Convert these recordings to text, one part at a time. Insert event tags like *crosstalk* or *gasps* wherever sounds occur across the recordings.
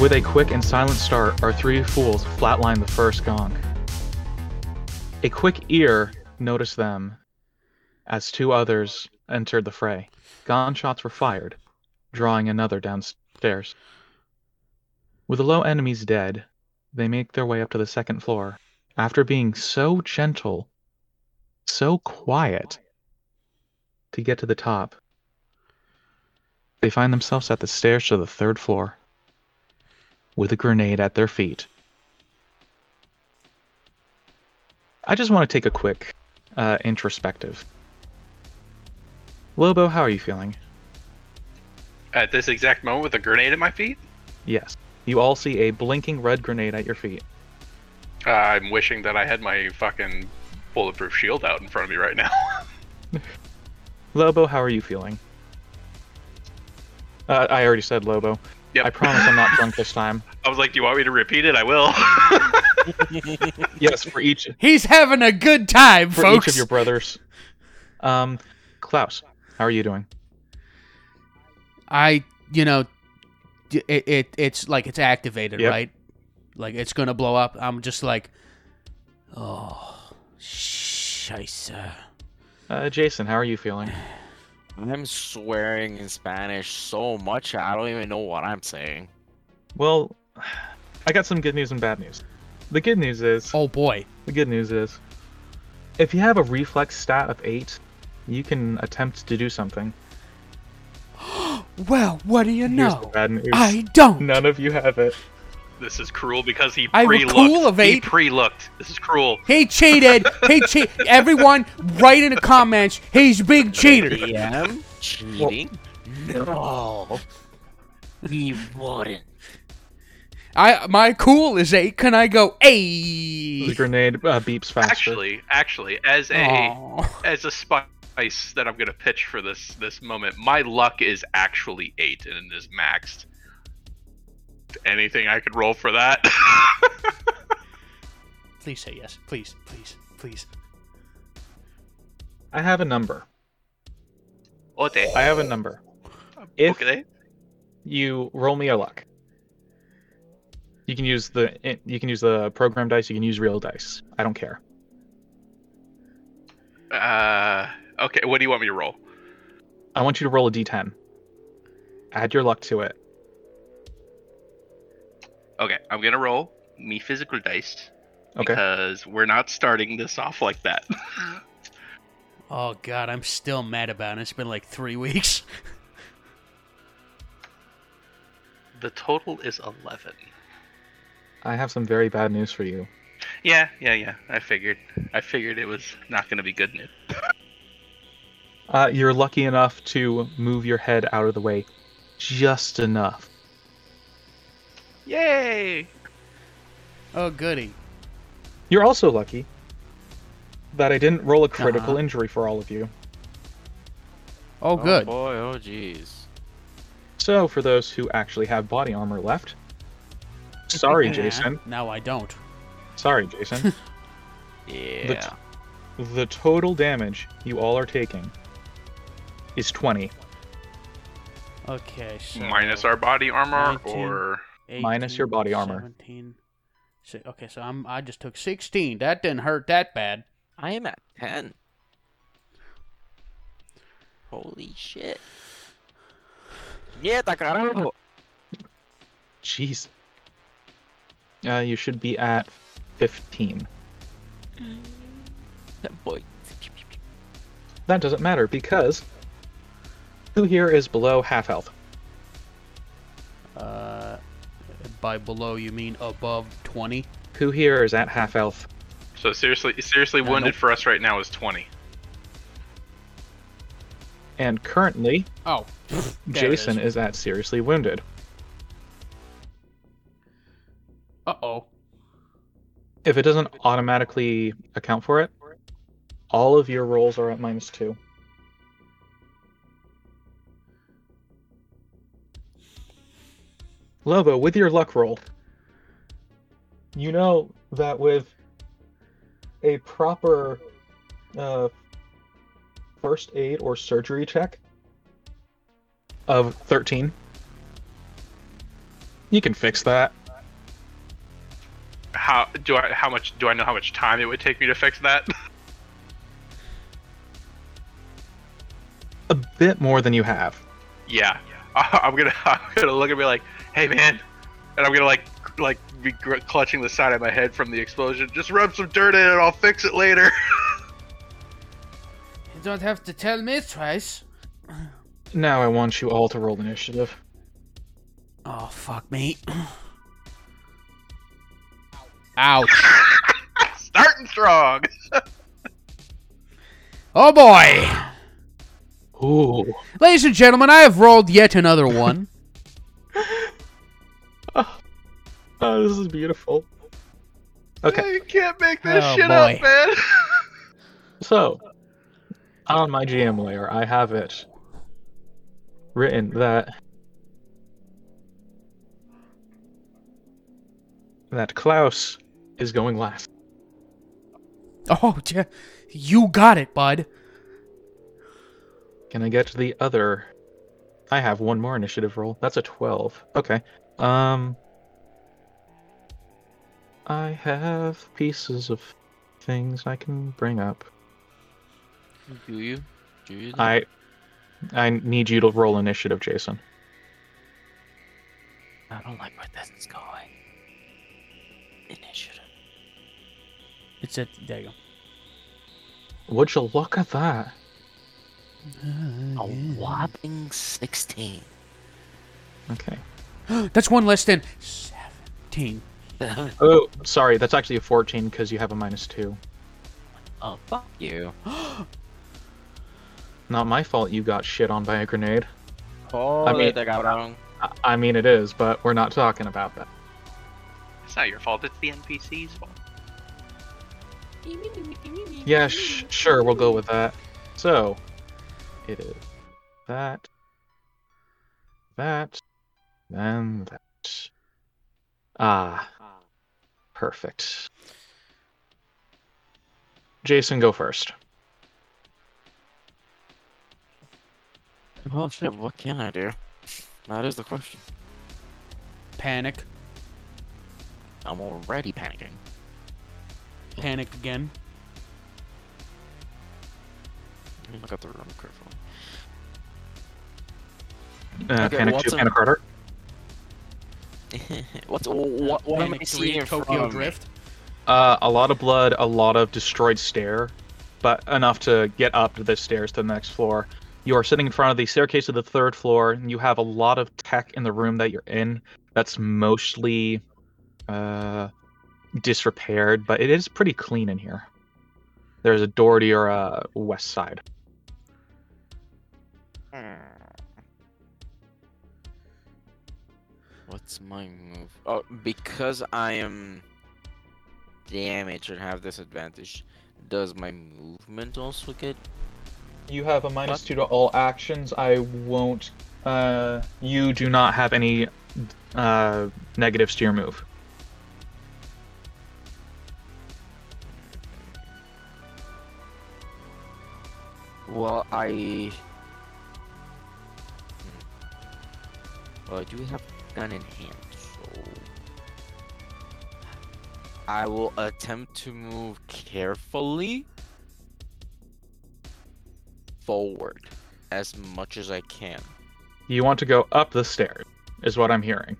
With a quick and silent start, our three fools flatline the first gong. A quick ear noticed them as two others entered the fray. Gun shots were fired, drawing another downstairs. With the low enemies dead, they make their way up to the second floor. After being so gentle, so quiet, to get to the top, they find themselves at the stairs to the third floor with a grenade at their feet. I just want to take a quick uh, introspective. Lobo, how are you feeling? At this exact moment with a grenade at my feet? Yes. You all see a blinking red grenade at your feet. Uh, I'm wishing that I had my fucking bulletproof shield out in front of me right now. *laughs* Lobo, how are you feeling? Uh, I already said Lobo. Yep. I promise I'm not drunk this time. I was like, do you want me to repeat it? I will. *laughs* Yes, for each He's having a good time, for folks. each of your brothers. Um, Klaus, how are you doing? I, you know, d- it, it it's like it's activated, Yep. right? Like it's gonna blow up. I'm just like, oh, scheisse. Uh, Jason, how are you feeling? I'm swearing in Spanish so much I don't even know what I'm saying. Well, *sighs* I got some good news and bad news. The good news is Oh boy. The good news is, if you have a reflex stat of 8, you can attempt to do something. Well, what do you Here's the know? bad news. I *laughs* don't. None of you have it. this is cruel because he I will pre-looked. He coolivate. pre-looked. This is cruel. He cheated. he cheat. Everyone, write in the comments. He's a big cheater. DM cheating? No, he wouldn't. I my cool is eight. Can I go The eight? grenade uh, beeps faster. Actually, actually, as a Aw. as a spice that I'm gonna pitch for this this moment, my luck is actually eight and it is maxed. Anything I could roll for that? *laughs* Please say yes. Please, please, please. I have a number. okay. I have a number. If okay. you roll me a luck, you can use the eh, you can use the program dice. You can use real dice. I don't care. Uh, okay. What do you want me to roll? I want you to roll a d10. Add your luck to it. Okay, I'm gonna roll me physical dice Okay. because we're not starting this off like that. *laughs* Oh god, I'm still mad about it. It's been like three *laughs* weeks. the total is eleven. I have some very bad news for you. Yeah, yeah, yeah. I figured. I figured it was not gonna be good news. Uh, you're lucky enough to move your head out of the way just enough. Yay! Oh goody. You're also lucky that I didn't roll a critical Uh-huh. injury for all of you. Oh good. boy, oh jeez. So, for those who actually have body armor left, sorry, *laughs* Nah, Jason. Now I don't. Sorry, Jason. Yeah. the total damage you all are taking is 20 Okay. So Minus our body armor, 19. or minus your body armor. 17. Si- okay, so I'm I just took 16. That didn't hurt that bad. I am at ten. Holy shit. Yeah, carajo. Jeez. Uh, you should be at 15. That boy. That doesn't matter because who here is below half health? Uh by below you mean above 20? Who here is at half health? so seriously, seriously Uh, wounded nope. for us right now is twenty. And currently, Oh. pfft, there it Jason is. is at seriously wounded. Uh-oh. If it doesn't automatically account for it, all of your rolls are at minus two. Lobo, with your luck roll, you know that with a proper uh, first aid or surgery check of 13, You can fix that. How do I? How much do I know? How much time it would take me to fix that? *laughs* A bit more than you have. yeah, *laughs* I, am gonna I'm gonna look and be like, hey man, and I'm gonna like like be gr- clutching the side of my head from the explosion. Just rub some dirt in it. I'll fix it later. You don't have to tell me twice. Now I want you all to roll initiative. Oh fuck me. *clears throat* Ouch. Starting *laughs* strong. Oh boy. Ooh. Ladies and gentlemen, I have rolled yet another one. Oh, this is beautiful. Okay. you can't make this Oh, shit boy. up, man. *laughs* So, on my GM layer, I have it written that that Klaus is going last. oh, yeah. you got it, bud. Can I get to the other? I have one more initiative roll. That's a 12. Okay. Um I have pieces of things I can bring up. Do you? Do you? I I need you to roll initiative, Jason. I don't like where this is going. Initiative. It's a there you go. Would you look at that? A whopping *laughs* 16. Okay. That's one less than seventeen. Oh, sorry, that's actually a 14 because you have a minus 2. oh, fuck you. Not my fault you got shit on by a grenade. Holy mean- the cabrón. I, I mean, it is, but we're not talking about that. It's not your fault. It's the NPC's fault. Yeah, sh- sure, we'll go with that. So, it is that, that, then that. Ah, perfect. Jason, go first. Well, shit, what can I do? That is the question. Panic. I'm already panicking. Panic again. Let me look at the room carefully. *laughs* Uh, Okay, panic what's 2, a- Panic Carter. What's what, what am I Panic three. seeing Tokyo from Drift. Uh, a lot of blood, a lot of destroyed stair, but enough to get up the stairs to the next floor. You are sitting in front of the staircase of the third floor, and you have a lot of tech in the room that you're in that's mostly uh, disrepaired, but it is pretty clean in here. There's a door to your uh, west side. Hmm. What's my move? Oh, because I am damaged and have disadvantage, does my movement also get? You have a minus two to all actions. I won't. Uh, you do not have any uh, negatives to your move. Well, I. Well, I do have gun in hand, so I will attempt to move carefully forward as much as I can. You want to go up the stairs, is what I'm hearing.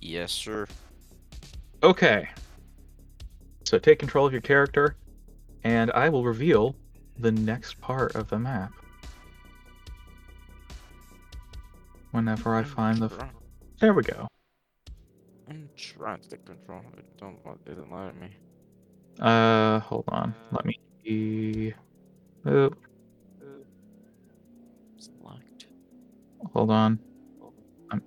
Yes, sir. Okay. So take control of your character, and I will reveal the next part of the map. Whenever I I'm find the. try- There we go. I'm trying to take control. of It don't want. It didn't let me. Uh, hold on. Let me. Oh, It's locked. hold on. I'm...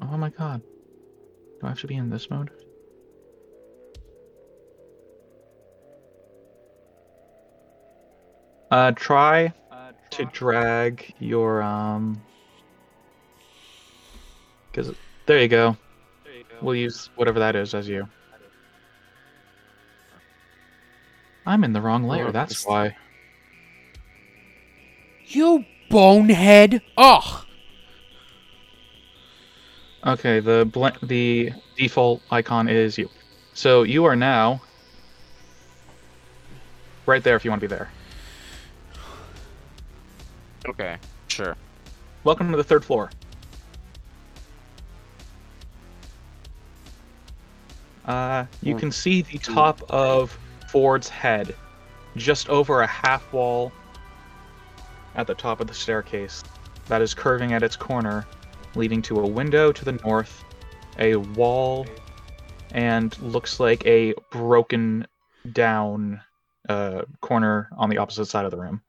Oh my god. Do I have to be in this mode? Uh, try to drag your um because there you go we'll use whatever that is as you i'm in the wrong layer Oh, that's it's- why You bonehead. Ugh. Okay, the bl- the default icon is you. So you are now right there if you want to be there. Okay. Sure. Welcome to the third floor. Uh, you can see the top of Ford's head, just over a half wall at the top of the staircase that is curving at its corner, leading to a window to the north, a wall, and looks like a broken down uh, corner on the opposite side of the room.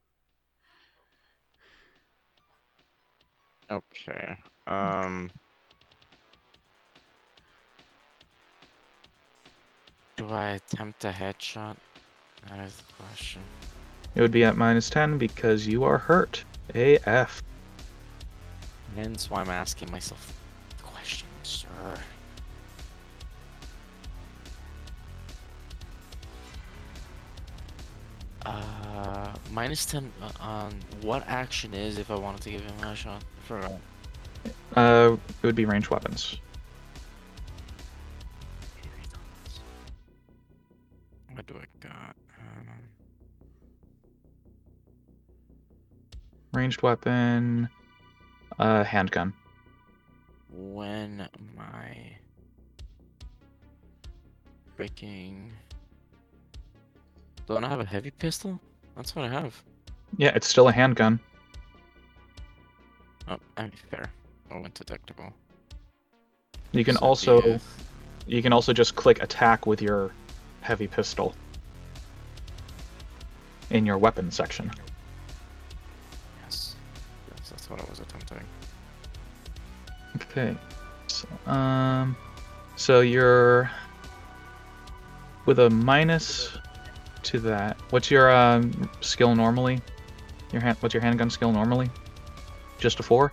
Okay. Um. Do I attempt a headshot? That is the question. It would be at minus 10 because you are hurt. AF. Hence why I'm asking myself the question, sir. Uh, minus 10 uh, on what action is if I wanted to give him a shot? I forgot. Uh, it would be ranged weapons. What do I got? Um, Ranged weapon, uh, handgun. when my freaking don't I have a heavy pistol? That's what I have. Yeah, it's still a handgun. Oh, I mean, fair. I went detectable. You can So also yeah. you can also just click attack with your heavy pistol in your weapon section. Yes. Yes, that's what I was attempting. Okay. So, um, so you're with a minus to that. What's your um, skill normally? Your hand, what's your handgun skill normally? Just a four.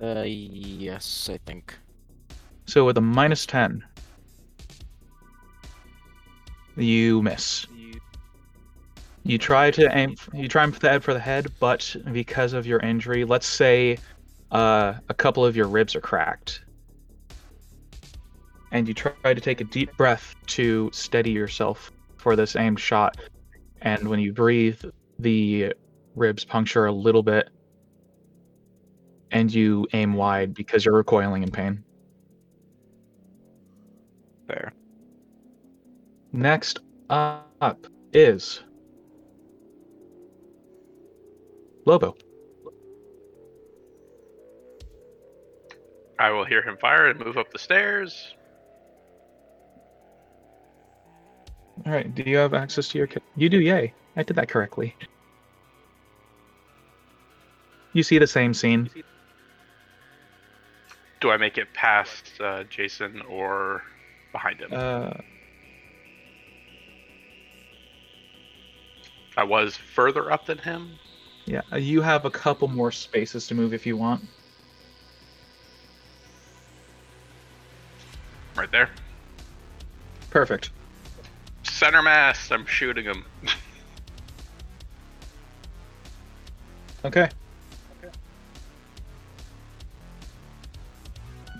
Uh, yes, I think. So with a minus ten, you miss. You try to aim. You try and for the head for the head, but because of your injury, let's say uh, a couple of your ribs are cracked, and you try to take a deep breath to steady yourself for this aimed shot. And when you breathe, the ribs puncture a little bit, and you aim wide because you're recoiling in pain. Fair. Next up is Lobo. I will hear him fire and move up the stairs. All right, do you have access to your kit? You do, yay. I did that correctly. You see the same scene. Do I make it past uh, Jason or behind him? Uh, I was further up than him. yeah, you have a couple more spaces to move if you want. Right there. Perfect. Center mass. I'm shooting him. Okay.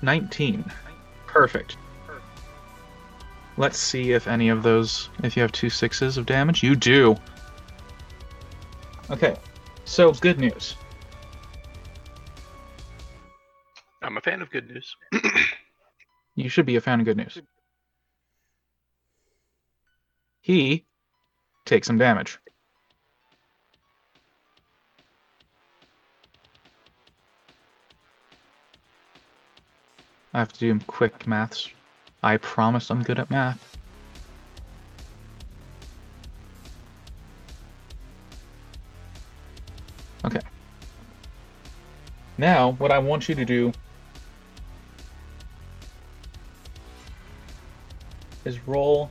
19. Perfect. Let's see if any of those, if you have two sixes of damage. You do. Okay. So, good news. I'm a fan of good news. You should be a fan of good news. He takes some damage. I have to do quick maths. I promise I'm good at math. Okay. Now, what I want you to do is roll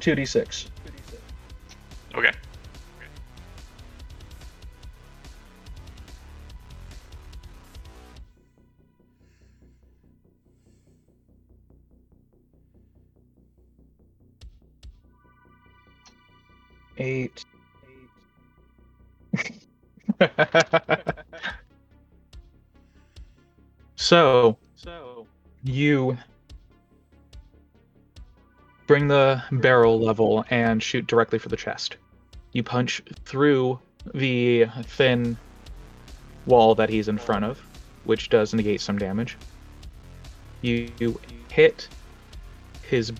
2d6. Okay. Eight. So, so you bring the barrel level and shoot directly for the chest. You punch through the thin wall that he's in front of, which does negate some damage. You, you hit his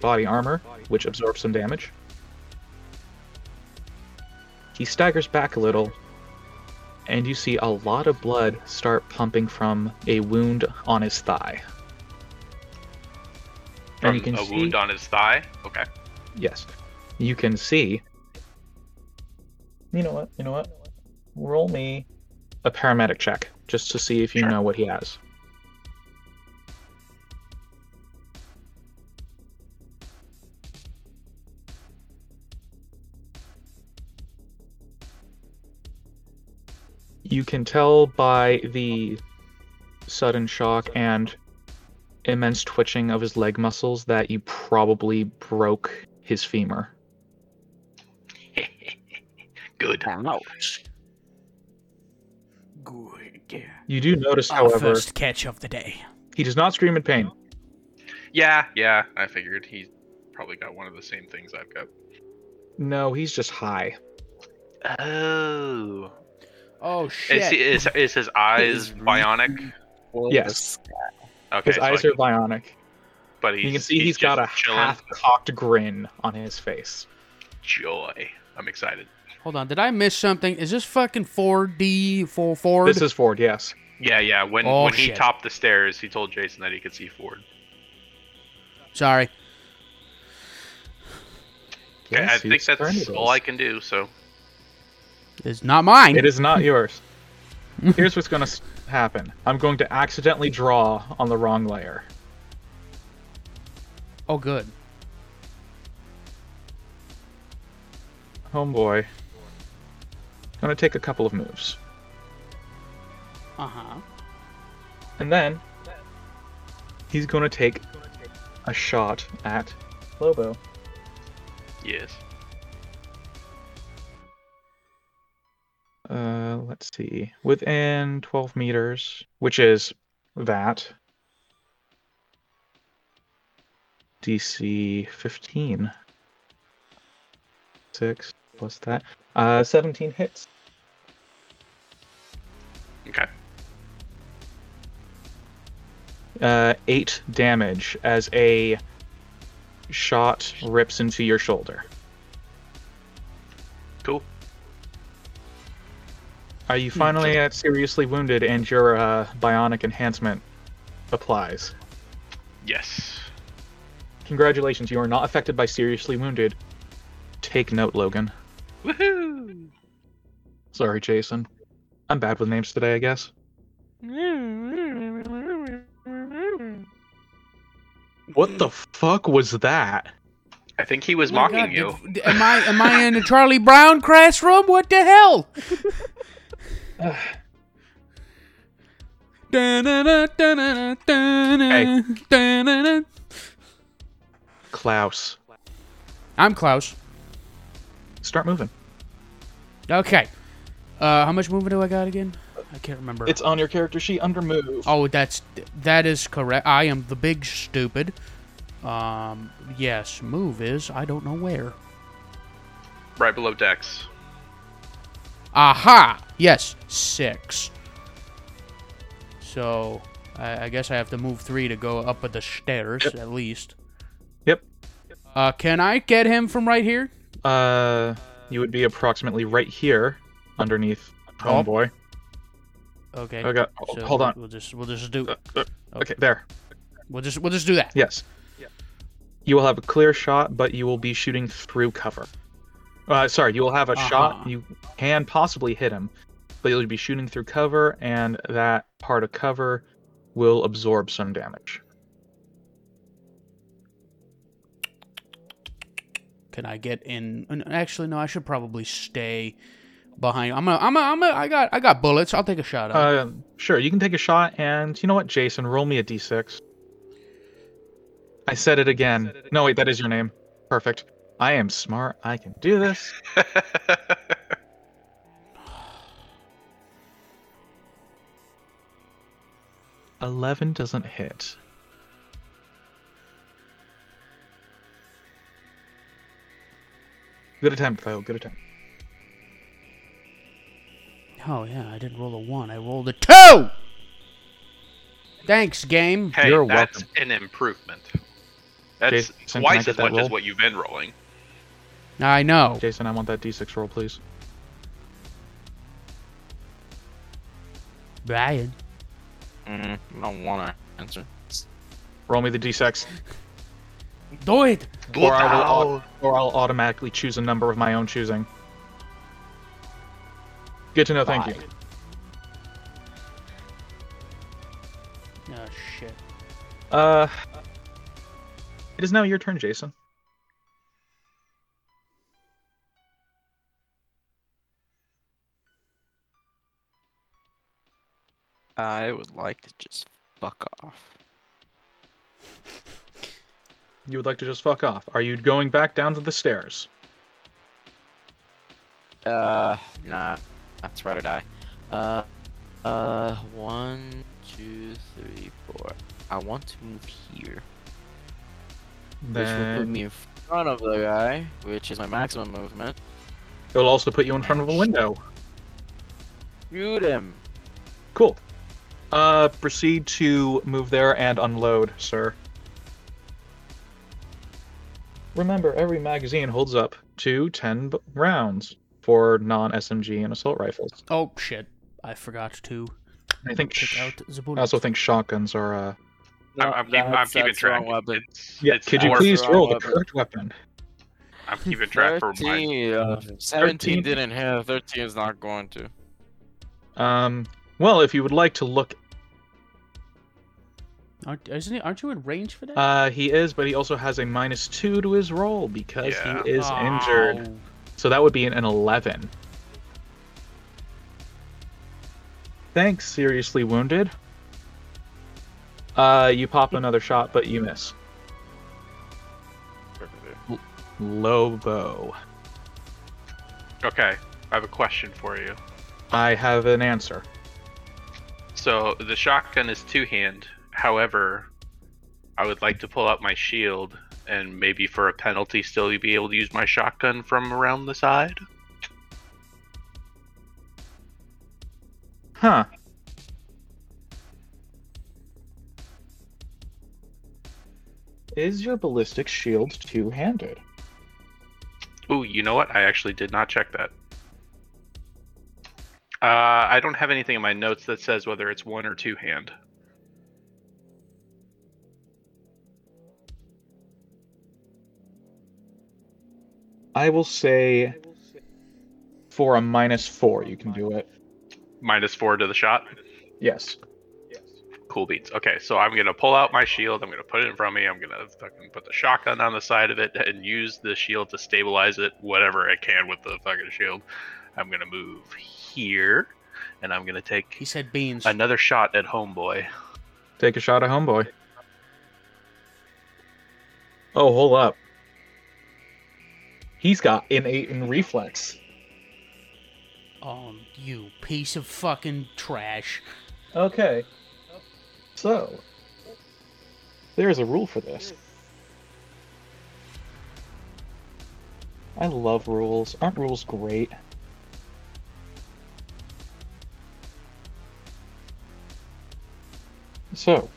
body armor, which absorbs some damage. He staggers back a little, and you see a lot of blood start pumping from a wound on his thigh. and From you can a see, wound on his thigh. Okay. yes, you can see. You know what? You know what? Roll me a paramedic check just to see if you Sure. know what he has. You can tell by the sudden shock and immense twitching of his leg muscles that you probably broke his femur. Good. Ouch. Good. You do notice, Our however, Oh, first catch of the day. he does not scream in pain. Yeah, yeah. I figured he probably got one of the same things I've got. No, he's just high. Oh. Oh Is, he, is is his eyes is bionic? Oh, Yes. Okay. His so eyes I are can- bionic. But he's, You can see he's he's got a just chilling. half cocked grin on his face. joy. I'm excited. Hold on, did I miss something? Is this fucking 4D for Ford? This is Ford, yes. Yeah, yeah. When Oh, when he shit. topped the stairs, he told Jason that he could see Ford. Sorry. Okay, I Yes, think he's turned that's it all is. I can do. So It's not mine. It is not yours. Here's what's going to happen I'm going to accidentally draw on the wrong layer. Oh, good. Homeboy. I'm going to take a couple of moves. Uh huh. And then he's going to take a shot at Lobo. yes. Uh, let's see. Within 12 meters, which is that. DC 15. 6 plus that. Uh, 17 hits. Okay. Uh, 8 damage as a shot rips into your shoulder. Cool. Are you finally at seriously wounded and your uh, bionic enhancement applies? Yes. Congratulations, you are not affected by seriously wounded. Take note, Logan. Woohoo! Sorry, Jason. I'm bad with names today, I guess. What the fuck was that? I think he was Oh my mocking God, you. did- d- am I am *laughs* I in the Charlie Brown classroom? What *sighs* the hell? Da-na-na, da-na-na, da-na-na, da-na-na. Klaus, I'm Klaus. start moving. Okay. Uh, how much movement do I got again? I can't remember. It's on your character sheet under move. oh, that's that is correct. I am the big stupid. Um, yes, move is I don't know where. Right below Dex. Aha! Yes, six. So I, I guess I have to move three to go up the stairs at least. Yep. Uh, can I get him from right here? Uh, you would be approximately right here, underneath Oh. Homeboy. Okay. Okay, ho- hold on. We'll just we'll just do Okay, there. we'll just we'll just do that. Yes. You will have a clear shot, but you will be shooting through cover. Uh, sorry, you will have a Uh-huh. shot. You can possibly hit him, but you'll be shooting through cover, and that part of cover will absorb some damage. Can I get in? n- Actually, no. I should probably stay behind. I'm a, I'm a, I'm a, I got I got bullets. I'll take a shot. At him. Uh, sure, you can take a shot, and you know what, Jason, roll me a d6. I said it again. No, wait, that is your name. Perfect. I am smart. I can do this. 11 doesn't hit. Good attempt, though. Good attempt. Oh yeah, I didn't roll a one. I rolled a two. Thanks, game. *laughs* Hey, You're that's welcome. an improvement. That's Jason, can I twice get as that much roll? as what you've been rolling. I know. Jason, I want that d6 roll, please. Brian. Mm, I don't want to answer. Roll me the d6, Do it. or I will, Wow. au- or I'll automatically choose a number of my own choosing. Good to know. Thank you. Oh shit. Uh, it is now your turn, Jason. I would like to just fuck off. You would like to just fuck off. Are you going back down to the stairs? Uh, nah. That's right or die. Uh, uh, one, two, three, four. I want to move here. Which will put Then me in front of the guy, which is my maximum movement. it will also put you in front of a window. Shoot him! Cool. Uh, proceed to move there and unload, sir. Remember, every magazine holds up to 10 b- rounds for non SMG and assault rifles. Oh shit. I forgot to I think pick sh- out the I bullet. also think shotguns are. Uh... I'm, I'm, keep- I'm that's- keeping that's the wrong track. weapon. It's, Yeah, it's could you more- please wrong roll the weapon. correct weapon? I'm keeping track for my 13, uh, 17 13. didn't hit, 13 is not going to. Um, well, if you would like to look, Aren't, isn't it, aren't you in range for that? uh, he is, but he also has a minus two to his roll because Yeah. he is injured. Oh. So that would be an, an 11. Thanks, seriously wounded. Uh, you pop another shot, but you miss. Lobo. Okay, I have a question for you. I have an answer. So the shotgun is two hand. However, I would like to pull out my shield and maybe for a penalty still be able to use my shotgun from around the side. Huh. Is your ballistic shield two handed? Ooh, you know what? I actually did not check that. Uh, I don't have anything in my notes that says whether it's one or two hand. I will say for a minus four, you can do it. Minus four to the shot. Yes. Cool beats. Okay, so I'm gonna pull out my shield. I'm gonna put it in front of me. I'm gonna fucking put the shotgun on the side of it and use the shield to stabilize it, whatever I can with the fucking shield. I'm gonna move here, and I'm gonna He take said beans. another shot at homeboy. Take a shot at homeboy. Oh, hold up. He's got an eight in reflex. Oh, you piece of fucking trash. Okay. So, there is a rule for this. I love rules. Aren't rules great? So,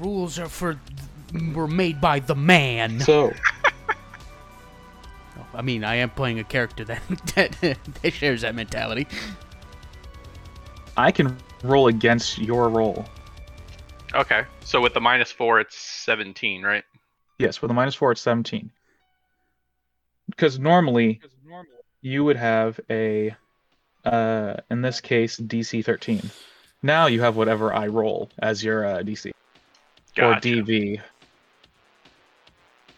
Rules are for were made by the man. so, I mean, I am playing a character that *laughs* that, that shares that mentality. *laughs* I can roll against your roll. Okay, so with the minus four, it's 17, right? Yes, with a minus four, it's 17. Because normally, you would have a, uh, in this case, DC 13. Now you have whatever I roll as your uh, DC or Gotcha. DV.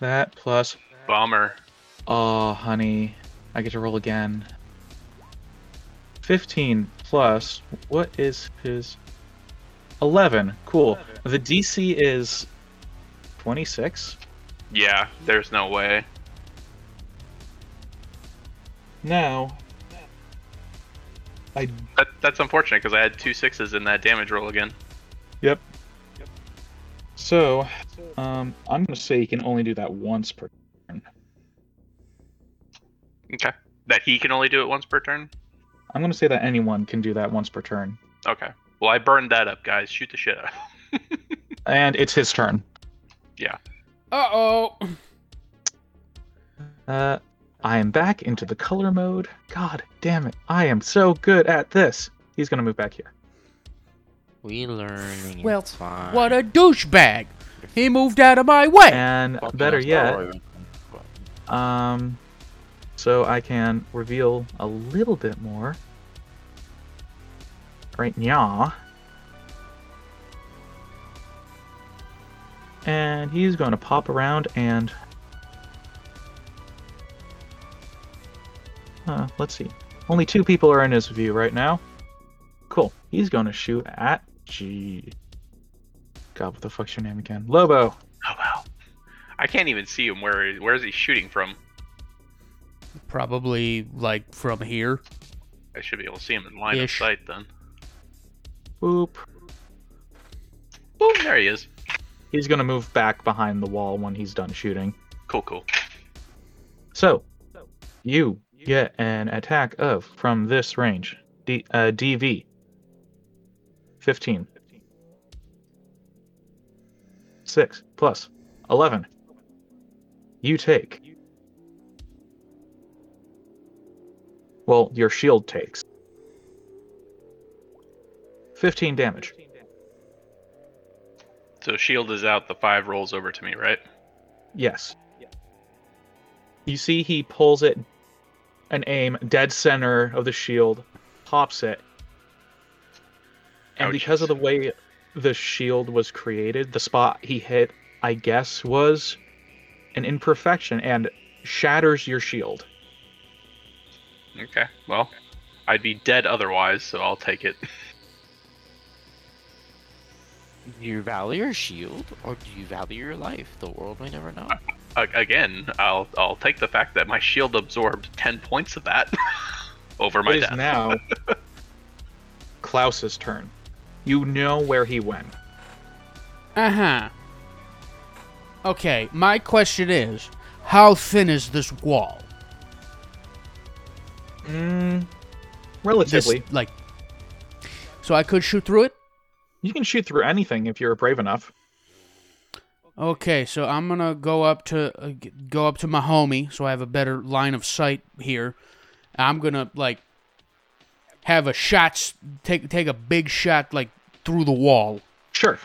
That plus, Bummer. oh, honey, I get to roll again. 15 plus, what is his? 11. Cool. The DC is 26. Yeah, there's no way. Now, I That, that's unfortunate because I had two sixes in that damage roll again. Yep. So, um, I'm gonna say you can only do that once per. Okay. That he can only do it once per turn? I'm gonna say that anyone can do that once per turn, Okay. Well, I burned that up, guys. Shoot the shit out. and it's his turn. Uh oh. Uh, I am back into the color mode. God damn it! I am so good at this. He's gonna move back here. We learning. Well, it's fine. What a douchebag. He moved out of my way. And Fucking better Star yet, Wars. Um, so I can reveal a little bit more. Right now. And he's going to pop around and. Uh, let's see. Only two people are in his view right now. Cool. He's going to shoot at. G. God, what the fuck's your name again? Lobo! Oh wow. I can't even see him. Where where is he shooting from? Probably like from here. I should be able to see him in line Ish. of sight then. Boop. Boom! There he is. He's going to move back behind the wall when he's done shooting. Cool, cool. So, you get an attack of from this range D, uh, DV 15, 6 plus 11. You take. Well, your shield takes 15 damage. So shield E is out. The five rolls over to me, right? Yes. You see, he pulls it an aim dead center of the shield, pops it. And Ouchies. because of the way the shield was created, the spot he hit, I guess, was an imperfection and shatters your shield. Okay. Well, I'd be dead otherwise, so I'll take it. Do you value your shield or do you value your life? The world may never know. A- again, I'll I'll take the fact that my shield E absorbed ten points of that *laughs* over my it is death. *laughs* now Klaus's turn. You know where he went. Uh huh. Okay, my question is how thin is this wall? Mm, This, relatively. like, so I could shoot through it? You can shoot through anything if you're brave enough. Okay, so I'm gonna go up to uh, g- go up to my homie, so I have a better line of sight here. I'm gonna like have a shot, s- take take a big shot like through the wall. Sure.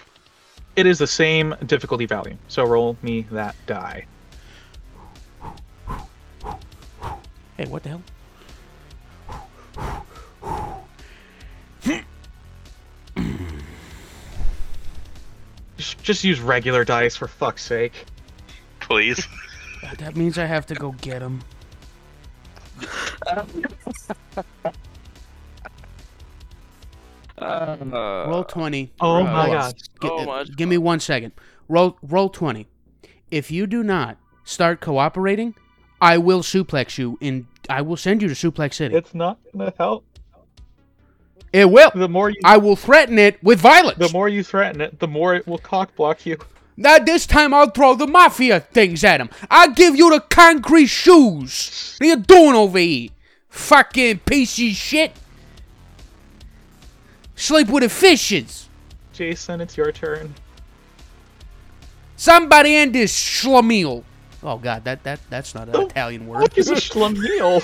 It is the same difficulty value, so roll me that die. Hey, what the hell? Just, just use regular dice for fuck's sake. Please. That means I have to go get him. roll twenty. Oh my Roll- god. Gi- So uh, much give me one second. Roll roll twenty. If you do not start cooperating, I will suplex you in. I will send you to Suplex City. It's not gonna help. it will. The more you I will threaten it with violence. the more you threaten it, the more it will cock block you. Now this time I'll throw the mafia things at him. I'll give you the concrete shoes. What are you doing over here? Fucking piece of shit. Sleep with the fishes. Jason, it's your turn. Somebody end this schlemiel. Oh god, that that that's not an Italian word. What *laughs* is a schlemiel?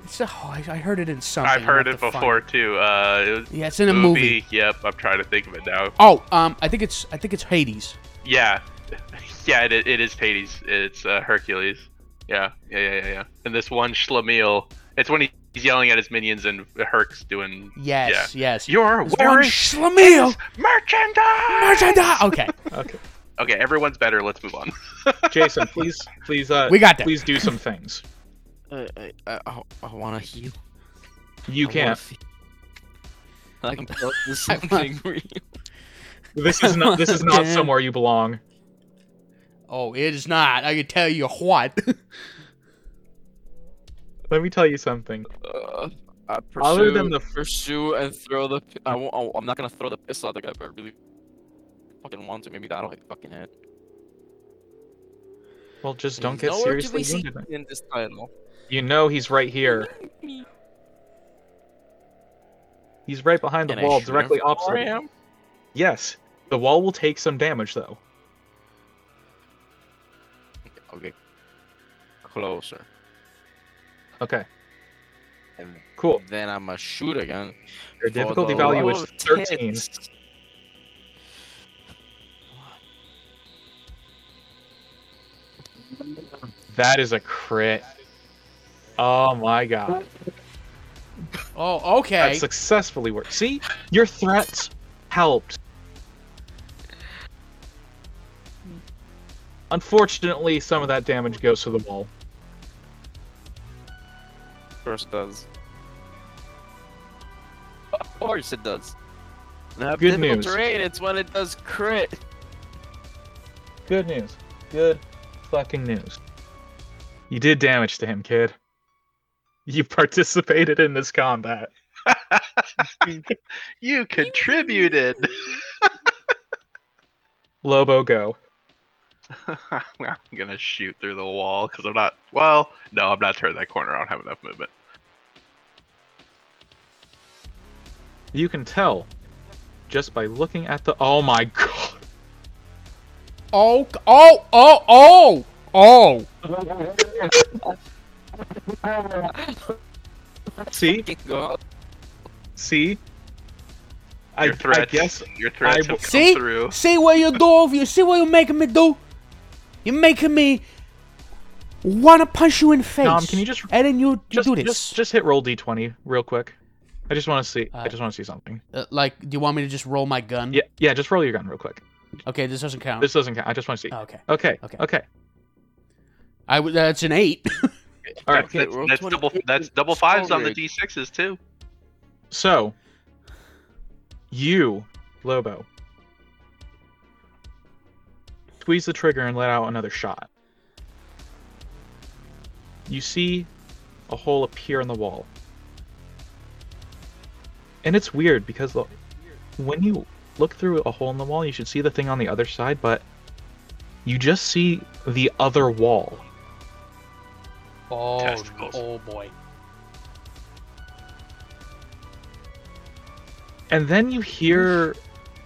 It's- oh, I, I heard it in something. I've heard I'll it have to find before too. Uh, it was Yeah, it's in a movie. movie. Yep, I'm trying to think of it now. Oh, um, I think it's I think it's Hades. Yeah, *laughs* yeah, it, it is Hades. It's uh, Hercules. Yeah, yeah, yeah, yeah, yeah. And this one Schlemiel. It's when he- he's yelling at his minions and Herc's doing. Yes, yes. You're There's one wearing schlemiel. merchandise. Merchandise. *laughs* Okay, Okay. Okay, everyone's better. Let's move on. Jason, please please uh We got that. please do some things. Uh, I, I, I, I want to heal. You I wanna can't. *laughs* fe- I can *laughs* feel this something real. This is not this is not Yeah. somewhere you belong. Oh, it is not. I can *laughs* tell you what. Let me tell you something. Uh, Uh, pursue, Other than the first, pursue and throw the. I won't, I won't- I'm not gonna throw the pistol at the guy, but I really fucking want to. Maybe that'll hit fucking hit. well, just don't get Nowhere do seriously we see wounded. in this title. You know he's right here. He's right behind the Can I wall, shoot him directly from opposite. where I him. am? Yes, the wall will take some damage though. Okay. Closer. Okay, And cool. then I'm gonna shoot again. Your for difficulty Mm, the value love is of thirteen. tits. That is a crit. Oh my god. Oh, okay. That successfully worked. See? Your threats helped. Unfortunately, some of that damage goes to the wall. Of course it does. Of course it does. Now, Good difficult news. Terrain, it's when it does crit. *laughs* Good news. Good fucking news. You did damage to him, kid. You *laughs* participated in this combat. You contributed. *laughs* Lobo, go. I'm gonna shoot through the wall because I'm not. Well, no, I'm not turning that corner. I don't have enough movement. You can tell just by looking at the. Oh my *laughs* god. Oh, oh, oh, oh, oh. See? See? I, Your I threats. guess your threats I- have come See, through. see what you do. You see what you're making me do. You're making me wanna punch you in the face. Dom, can you just- and then you, you just, do this? Just, just hit roll d20 real quick. I just want to see. I Uh, just want to see something. Uh, like, do you want me to just roll my gun? Yeah, yeah. Just roll your gun real quick. Okay, this doesn't count. This doesn't count. I just want to see. Oh, okay. Okay. Okay. okay. I w- that's an eight. *laughs* All right. Okay, that's, roll that's double. 28 That's is double fives on the 100. d6s too. So, you, Lobo, squeeze the trigger and let out another shot. You see a hole appear in the wall. And it's weird because the, when you look through a hole in the wall, you should see the thing on the other side, but you just see the other wall. Oh, Testicles. oh boy. And then you hear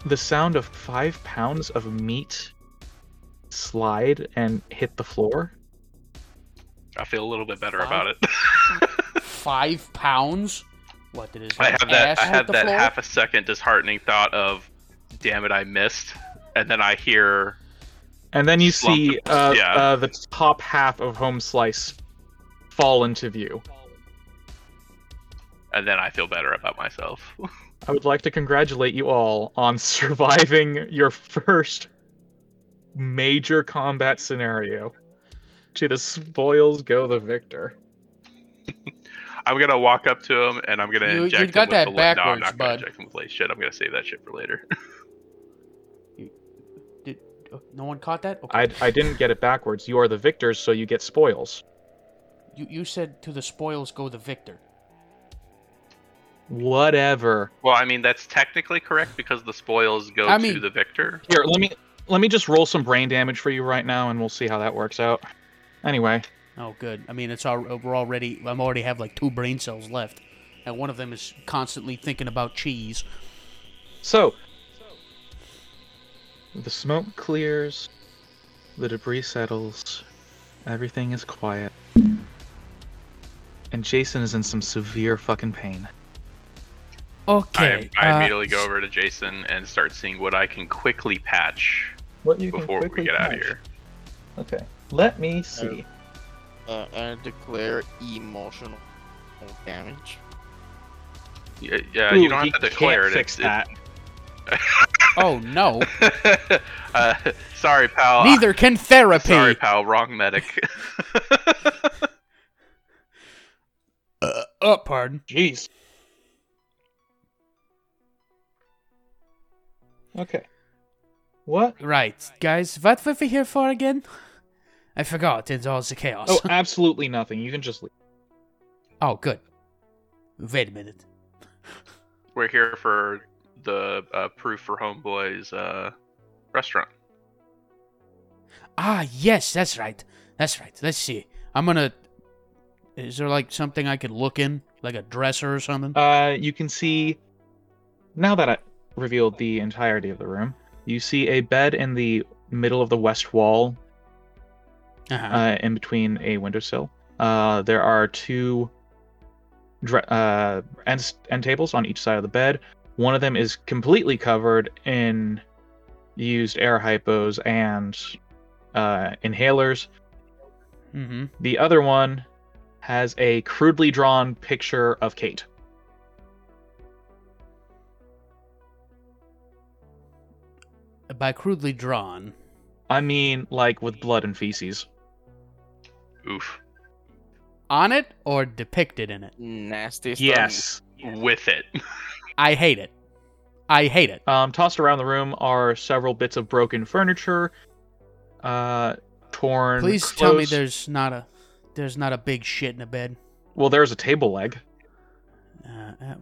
the sound of five pounds of meat slide and hit the floor. I feel a little bit better Five? about it. *laughs* Five pounds. What did his *laughs* I have that. ass I hit have the that floor? half a second disheartening thought of, "Damn it, I missed," and then I hear And then you Slump see it, uh, yeah. uh, the top half of Home Slice fall into view. and then I feel better about myself. *laughs* I would like to congratulate you all on *laughs* surviving your first major combat scenario. To the spoils go the victor. I'm gonna walk up to him and I'm gonna You- you inject got him that with the la- No, I'm backwards, not gonna bud. inject him with late shit. I'm gonna save that shit for later. *laughs* Uh, No one caught that. Okay. I, I didn't get it backwards. You are the victors, so you get spoils. You you said to the spoils go the victor. Whatever. well, I mean that's technically correct because the spoils go I to mean- the victor. Here, let me let me just roll some brain damage for you right now, and we'll see how that works out. Anyway, Oh, good. I mean, it's all we're already. I'm already have like two brain cells left, and one of them is constantly thinking about cheese. so the smoke clears, the debris settles, everything is quiet, and Jason is in some severe fucking pain. Okay. uh, I, I immediately go over to Jason and start seeing what I can quickly patch What you before we get out of here. Okay, let me see. Uh, I declare emotional damage. Yeah, yeah you don't have to declare it. Fix it's- it's- that. Oh *laughs* no! uh, sorry, pal. Neither can therapy. Ah. Sorry, pal. Wrong medic. *laughs* Oh, pardon. Jeez. Okay. What? Right, guys. What were we here for again? I *laughs* forgot. It's all the chaos. Oh, absolutely nothing. You can just leave. Oh, good. Wait a minute. We're here for the uh, proof for Homeboy's uh, restaurant. Ah, yes, that's right. That's right. Let's see. I'm gonna. Is there like something I could look in, like a dresser or something? Uh, you can see, now that I revealed the entirety of the room, you see a bed in the middle of the west wall, Uh-huh. uh, in between a windowsill. Uh, there are two dre- uh, end, end tables on each side of the bed. One of them is completely covered in used air hypos and uh, inhalers. mm-hmm. The other one has a crudely drawn picture of Kate. By crudely drawn. I mean, like with blood and feces. Oof. On it or depicted in it? Nastiest. thing. Yes. With it. I hate it. I hate it. Um, tossed around the room are several bits of broken furniture, uh, torn. Please tell me clothes- there's not a there's not a big shit in the bed. Well, there's a table leg. *laughs* Uh, uh,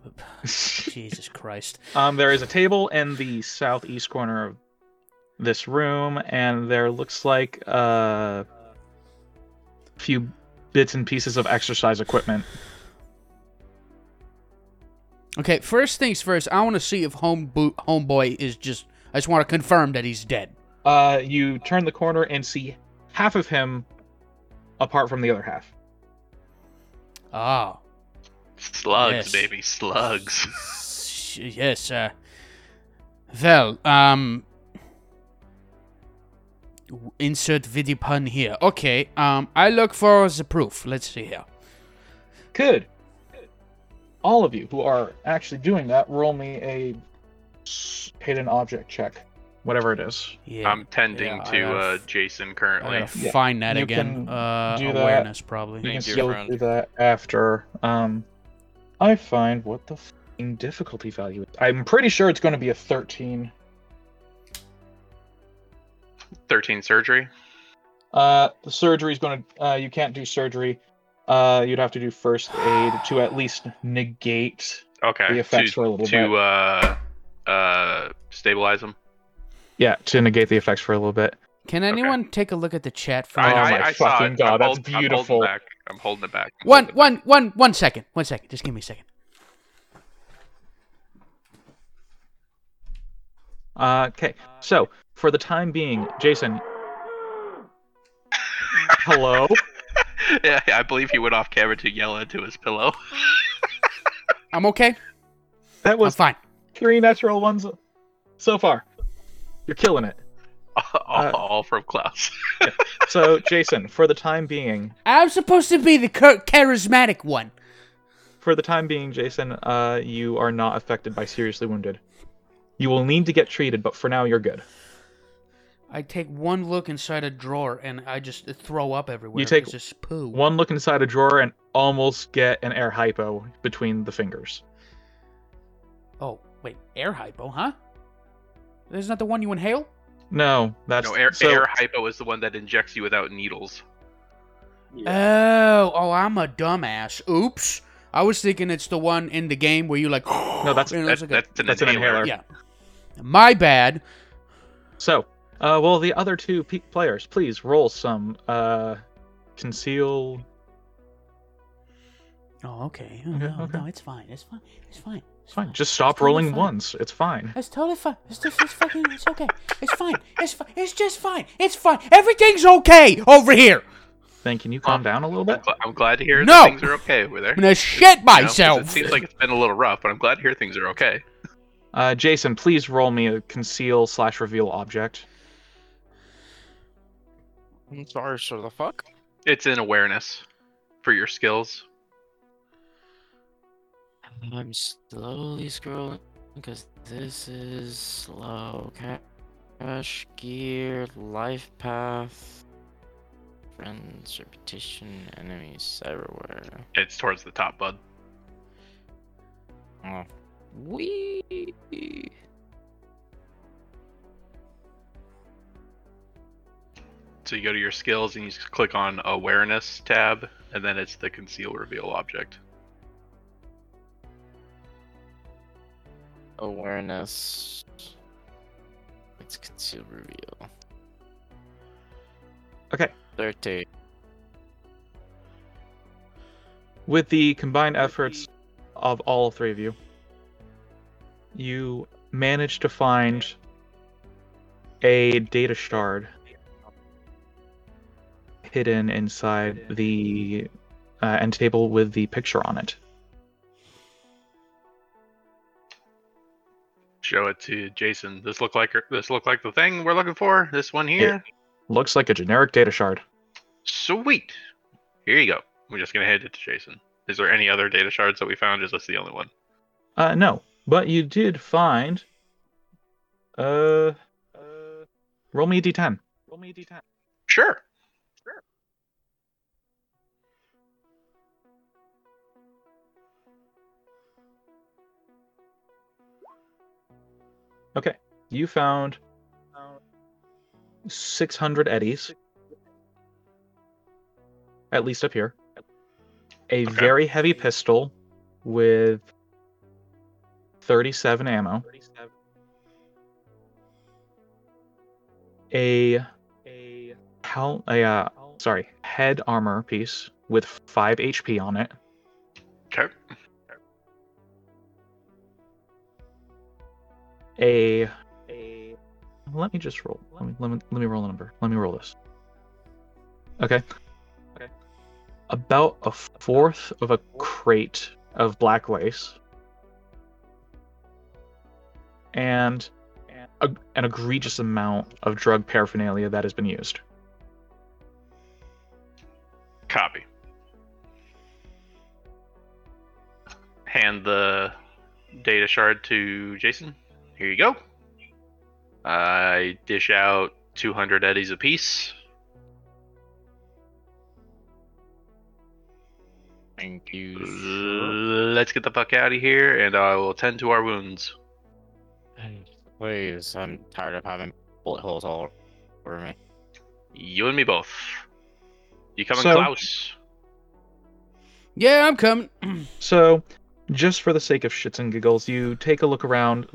Jesus Christ. um, there is a table in the southeast corner of this room, and there looks like uh, a few bits and pieces of exercise equipment. Okay, first things first. I want to see if home boot homeboy is just. I just want to confirm that he's dead. Uh, you turn the corner and see half of him, apart from the other half. Ah, Slugs, Yes. baby. Slugs. S- yes. Uh, well, um, w- insert video pun here. Okay. Um, I look for the proof. Let's see here. Could all of you who are actually doing that roll me a s- hidden object check, whatever it is. Yeah. I'm tending Yeah, I to gotta uh, f- Jason I currently. gotta Yeah. find that You again. can Uh, do that. awareness You probably. can Thank you, still friend. do that after. Um, I find what the f***ing difficulty value. Is. I'm pretty sure it's going to be a 13. 13 surgery. Uh, the surgery's going to. Uh, you can't do surgery. Uh, you'd have to do first aid to at least negate Okay. the effects to, for a little to bit. uh, uh, stabilize him. Yeah, to negate the effects for a little bit. Can anyone take a look at the chat for I- me? Oh my fucking it. God, that's I'm hold- I'm holding beautiful. back. I'm holding it back. I'm One, holding it one, one, one second. One second. Just give me a second. Uh, Okay, so for the time being, Jason. Hello. back. *laughs* yeah, I believe he went off camera to yell into his pillow. I'm okay. That I'm was fine. three natural ones so far. You're killing it. *laughs* all, Uh, all from Klaus. So, Jason, for the time being, I'm supposed to be the char- charismatic one. for the time being, Jason, uh, you are not affected by seriously wounded. You will need to get treated, but for now, you're good. I take one look inside a drawer and I just throw up everywhere. You take It's just poo. One look inside a drawer and almost get an air hypo between the fingers. Oh, wait, air hypo, huh? Isn't that the one you inhale? No, that's *laughs* no, air, so, air hypo is the one that injects you without needles. Oh, oh, I'm a dumbass. Oops. I was thinking it's the one in the game where *laughs* you like. No, that's- That, that's an that's an inhaler. inhaler. yeah. My bad. So, uh, well, the other two pe- players, please roll some uh, conceal. Oh, okay. Okay, Oh, no, okay. no, it's fine. It's fine. It's fine. It's Fine, fine. just stop It's totally rolling fine. once. It's fine. It's totally fine. It's just it's fucking it's okay. It's fine. It's fi- it's just fine. It's fine. Everything's okay over here. Then, can you calm down a little bit? But I'm glad to hear No! that things are okay over there. I'm gonna shit You know, 'cause myself. it seems like it's been a little rough, but I'm glad to hear things are okay. Uh, Jason, please roll me a conceal slash reveal object. I'm sorry, sir. The fuck? It's in awareness for your skills. I'm slowly scrolling because this is slow. Ca- Cash, gear, life path, friends, reputation, enemies everywhere. It's towards the top, bud. Oh. Wee. So you go to your skills and you just click on awareness tab, and then it's the conceal reveal object. awareness. It's concealed reveal. Okay. 13. With the combined efforts of all three of you, you manage to find a data shard hidden inside the uh, end table with the picture on it. Show it to Jason. This look like this look like the thing we're looking for. This one here. Looks like a generic data shard. Sweet. Here you go. We're just gonna hand it to Jason. Is there any other data shards that we found? Is this the only one? Uh, no, but you did find. Uh, uh, roll me a d10. Roll me a d10. Sure. You found 600 eddies, at least up here. A Okay. very heavy pistol with 37 ammo. A a hel- a uh, sorry head armor piece with five HP on it. Okay. A a let me just roll. Let me let me, let me roll a number. Let me roll this. Okay. Okay. About a fourth of a crate of black lace. And a, an egregious amount of drug paraphernalia that has been used. Copy. Hand the data shard to Jason. Here you go. I dish out 200 eddies apiece. Thank you. sir. Let's get the fuck out of here, and I will tend to our wounds. Please, I'm tired of having bullet holes all over me. You and me both. You coming, So- Klaus? Yeah, I'm coming. So, just for the sake of shits and giggles, you take a look around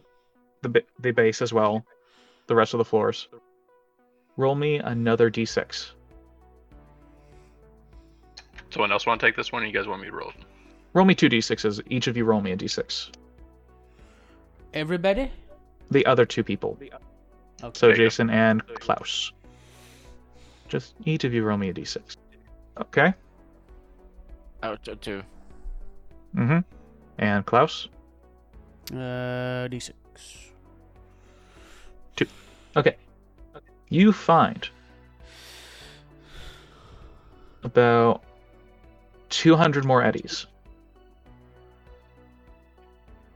the ba- the base as well, the rest of the floors. Roll me another d6. Someone else want to take this one, or you guys want me to roll it? Roll me two d6s. Each of you roll me a d6. Everybody? The other two people. Okay. So There you go. Jason and Klaus. Just each of you roll me a d6. Okay. Oh, t- two. Mm-hmm. And Klaus. Uh, D6. Okay. You find about 200 more eddies.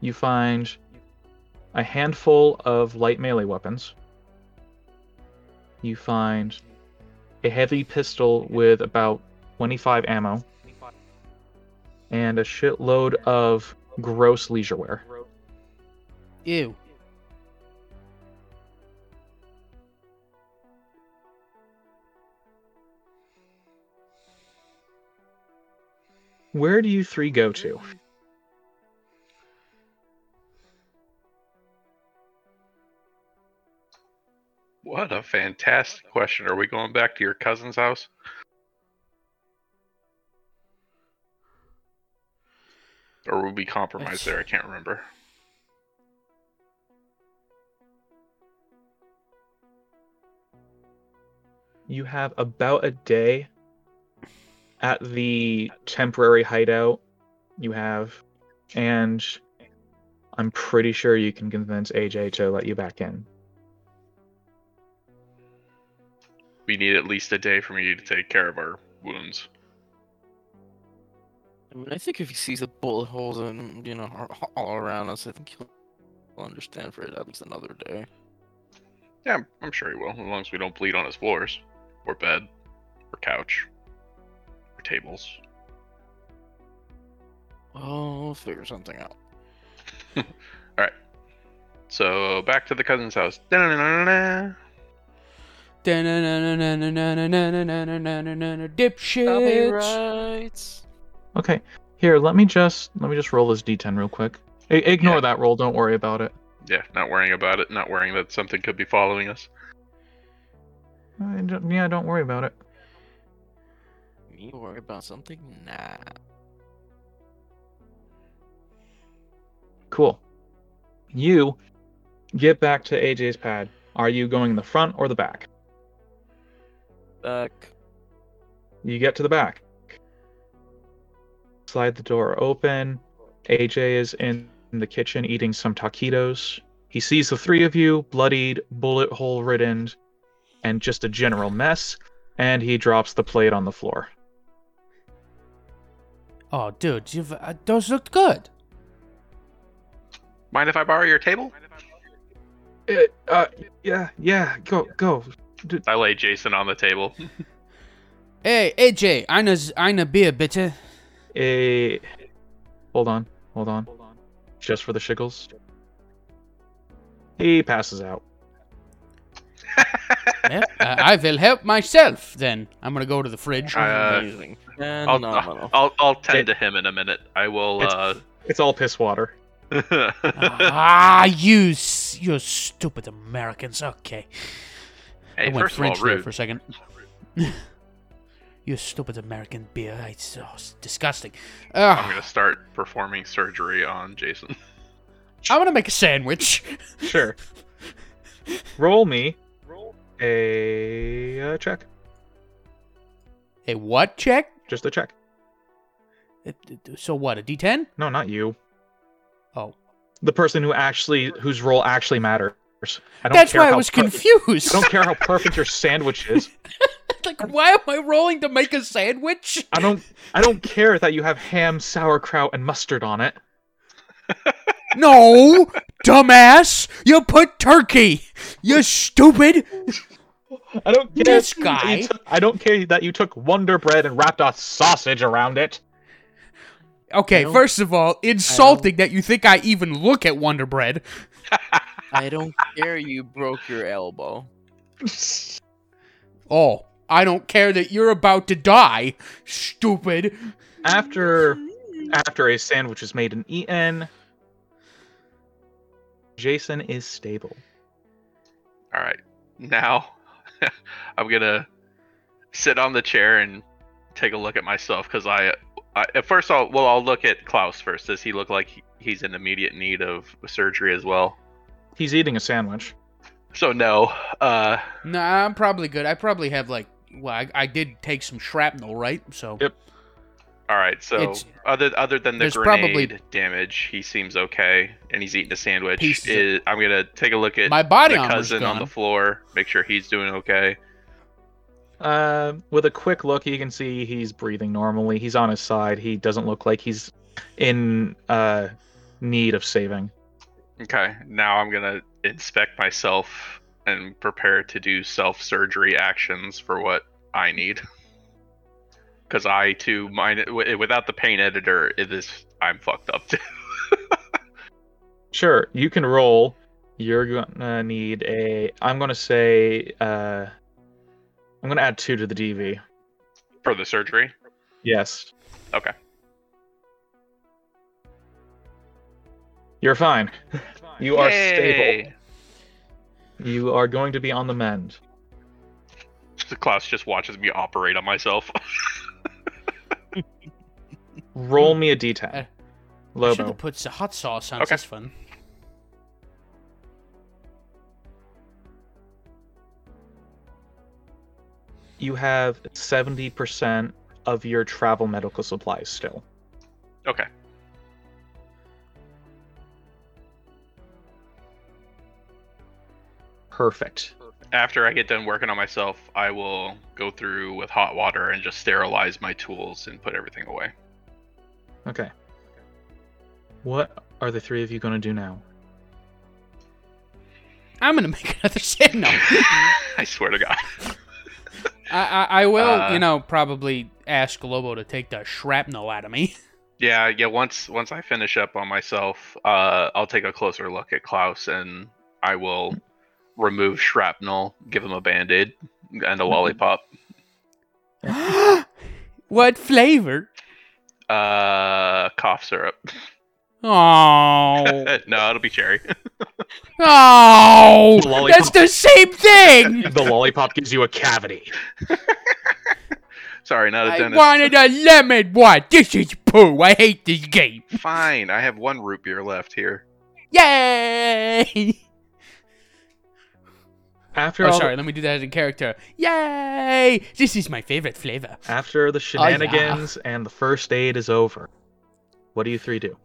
You find a handful of light melee weapons. You find a heavy pistol with about 25 ammo and a shitload of gross leisure wear. Ew. Where do you three go to? What a fantastic question. Are we going back to your cousin's house? Or were we compromised That's- there? I can't remember. you have about a day at the temporary hideout you have and i'm pretty sure you can convince aj to let you back in We need at least a day from you to take care of our wounds. I mean, I think if he sees the bullet holes and you know are all around us, I think he'll understand for at least another day. Yeah, I'm, I'm sure he will, as long as we don't bleed on his floors, or bed, or couch, or tables. Oh, we'll figure something out. So back to the cousin's house. *laughs* Da-na-na-na-na. I'll be Dipshits. right. okay here let me just let me just roll this d10 real quick I- ignore Yeah. that roll don't worry about it Yeah, not worrying about it, not worrying that something could be following us. I don't- yeah, don't worry about it. You worry about something? Nah. Cool. You get back to AJ's pad. Are you going in the front or the back? Back. You get to the back. Slide the door open. AJ is in the kitchen eating some taquitos. He sees the three of you, bloodied, bullet hole ridden, and just a general mess, and he drops the plate on the floor. Oh, dude, you've, uh, those looked good. Mind if I borrow your table? Eh, uh, yeah, yeah, go, go. I lay Jason on the table. Hey, AJ, Ina's Ina beer, bitte. Eh, hold on, hold on. Just for the shiggles. He passes out. *laughs* Yep, uh, I will help myself then. I'm gonna go to the fridge. Uh, Amazing. I'll, Phenomenal. I'll, I'll, I'll tend It- to him in a minute. I will. *laughs* Uh, *laughs* It's all piss water. ah, you, s- you stupid Americans. Okay. hey, I went first of all, French there rude. for a second. *laughs* you stupid American beer. It's, oh, it's disgusting. Ugh, I'm gonna start performing surgery on Jason. *laughs* I'm gonna make a sandwich. *laughs* Sure. Roll me a, uh check. A what check? Just a check. It- it- So what? A D10? No, not you. Oh, The person who actually whose role actually matters. I don't that's care why I how was per- confused. I don't care how perfect your sandwich is. *laughs* like, why am I rolling to make a *laughs* sandwich? I don't. I don't care that you have ham, sauerkraut, and mustard on it. No, dumbass! You put turkey. You stupid. I don't care. This that you guy. took- I don't care that you took Wonder Bread and wrapped a sausage around it. *laughs* Okay, No. first of all, insulting that you think I even look at Wonder Bread. I don't care you broke your elbow. Oh, I don't care that you're about to die, stupid. After after a sandwich is made and eaten, Jason is stable. All right, now *laughs* I'm gonna sit on the chair and take a look at myself because I, I at first I'll well I'll look at Klaus first. Does he look like he- he's in immediate need of surgery as well? He's eating a sandwich. So no. Uh, Nah, I'm probably good. I probably have like, well, I, I did take some shrapnel, right? So Yep. all right. So It's- other other than the there's grenade probably- damage, he seems okay, and he's eating a sandwich. Pieces of- Is- I'm gonna take a look at my body the armor's cousin gone. on the floor, make sure he's doing okay. Uh, with a quick look, you can see he's breathing normally. He's on his side. He doesn't look like he's in uh, need of saving. Okay, now I'm gonna inspect myself and prepare to do self surgery actions for what I need. *laughs* Because I too, mine wi- without the pain editor, it is I'm fucked up. *laughs* Sure, you can roll. You're gonna need a. I'm gonna say. Uh, I'm gonna add two to the DV. for the surgery. Yes. Okay. You're fine. You are stable. Yay! You are going to be on the mend. So Klaus just watches me operate on myself. *laughs* Roll me a d10. Uh, I should Lobo. have put some hot sauce on Okay. this one. you have 70% of your travel medical supplies still. okay. Perfect. After I get done working on myself, I will go through with hot water and just sterilize my tools and put everything away. Okay. What are the three of you going to do now? I'm gonna *laughs* make another sandwich. No. *laughs* I swear to God. I, I, I will, Uh, you know, probably ask Lobo to take the shrapnel out of *gasps* me. Yeah, yeah. Once once I finish up on myself, uh, I'll take a closer look at Klaus and I will remove shrapnel, give him a band aid *laughs* and a lollipop. what flavor? *laughs* Uh, cough syrup. *laughs* Oh, no, it'll be cherry. *laughs* oh, Lollipop. that's the *laughs* same thing. The lollipop gives you a cavity. Sorry, not a I dentist. wanted a lemon one. This is poo. I hate this game. Fine, I have one root beer left here. Yay! After Oh, all, sorry. Let me do that in character. Yay! This is my favorite flavor. after the shenanigans and the first aid is over, what do you three do?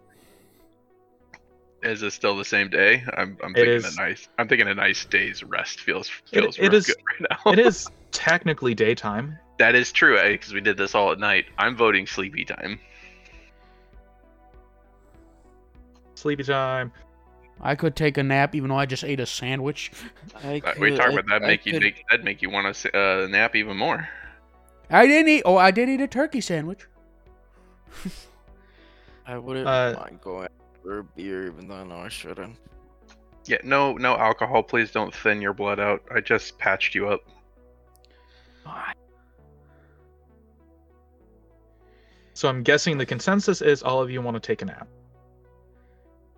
Is it still the same day? I'm, I'm It thinking is. a nice. I'm thinking a nice day's rest feels It- feels it real is- good *laughs* right now. It *laughs* is technically daytime. that is true because we did this all at night. I'm voting sleepy time. Sleepy time. I could take a nap, even though I just ate a sandwich. I Uh, we could- talked I- about that. I Make you could- make that make you want to uh, nap even more. I didn't eat. Oh, I did eat a turkey sandwich. I wouldn't uh, mind going for a beer, even though I know I shouldn't. Yeah, no, no alcohol. Please don't thin your blood out. I just patched you up. Ah, So I'm guessing the consensus is all of you want to take a nap.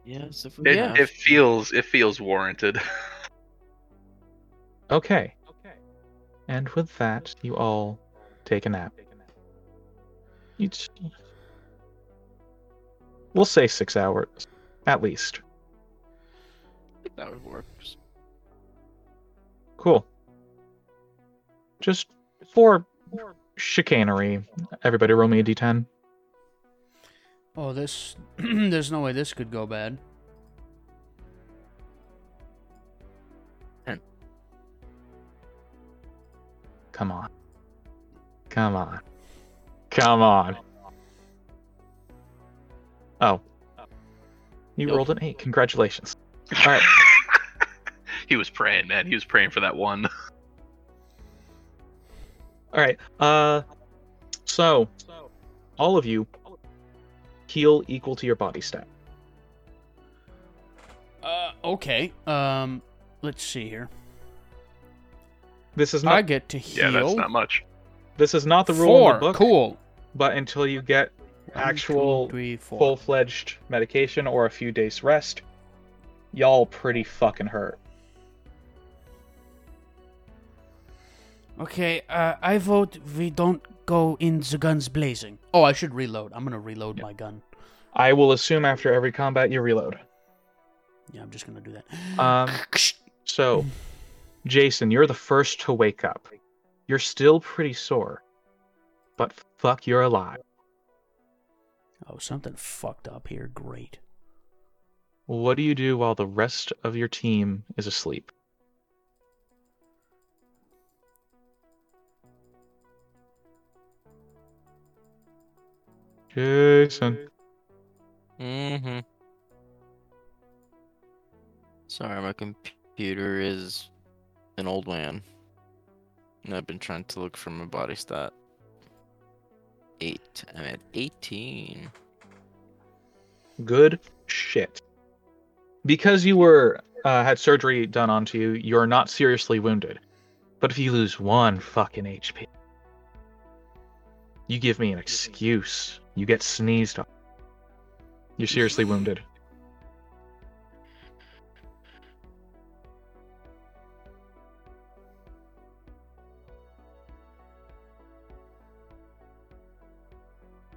Yes, if we It, have. it feels it feels warranted. *laughs* Okay. Okay. And with that, you all take a nap. Each. We'll say six hours, at least. I think that would work. Just- Cool. Just for chicanery, everybody roll me a d10. Oh, this. *clears throat* there's no way this could go bad. Come on. Come on. Come on. Oh. You Nope. rolled an eight. Congratulations. All right. he was praying, man. He was praying for that one. *laughs* All right. Uh, so all of you heal equal to your body stat. Uh, okay. Um, let's see here. This is I not get to Yeah, heal. that's not much. this is not the rule Four. in the book, Cool. but until you get actual One, two, three, four. full-fledged medication or a few days rest, y'all pretty fucking hurt. Okay, uh, I vote we don't go in the guns blazing. Oh, I should reload. I'm gonna reload my gun. I will assume after every combat you reload. Yeah, I'm just gonna do that. Um, so, Jason, you're the first to wake up. You're still pretty sore, but fuck, you're alive. oh, something fucked up here. Great. What do you do while the rest of your team is asleep? Jason. Mm-hmm. Sorry, my computer is an old man. And I've been trying to look for my body stat. Eight. I'm at 18. Good shit. Because you were uh, had surgery done onto you, you're not seriously wounded. But if you lose one fucking HP, you give me an excuse. You get sneezed on. You're seriously wounded.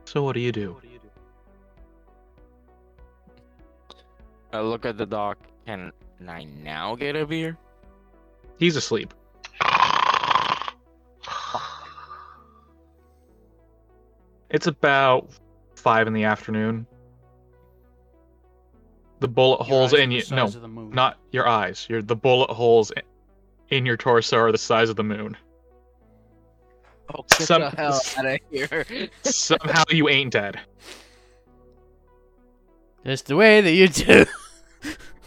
So what do you do? I look at the doc. Can I now get a beer? He's asleep. It's about five in the afternoon. The bullet holes in you. No, not your eyes. Your the bullet holes i- in your torso are the size of the moon. *laughs* Oh, get Some- the hell out of *laughs* here. Somehow you ain't dead. Just the way that you do.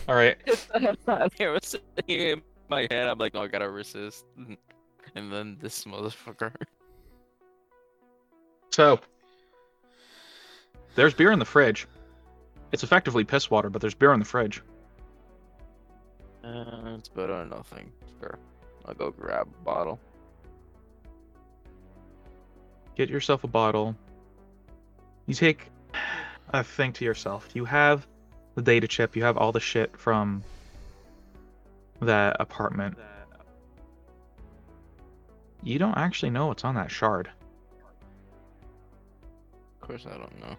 All right. I'm not here. What's in my head? I'm like, oh, I gotta resist. *laughs* And then this motherfucker. *laughs* So there's beer in the fridge. It's effectively piss water, but there's beer in the fridge. Uh, it's better than nothing. Sure. I'll go grab a bottle. Get yourself a bottle. You take of think to yourself. You have the data chip. You have all the shit from that apartment. You don't actually know what's on that shard. Of course, I don't know.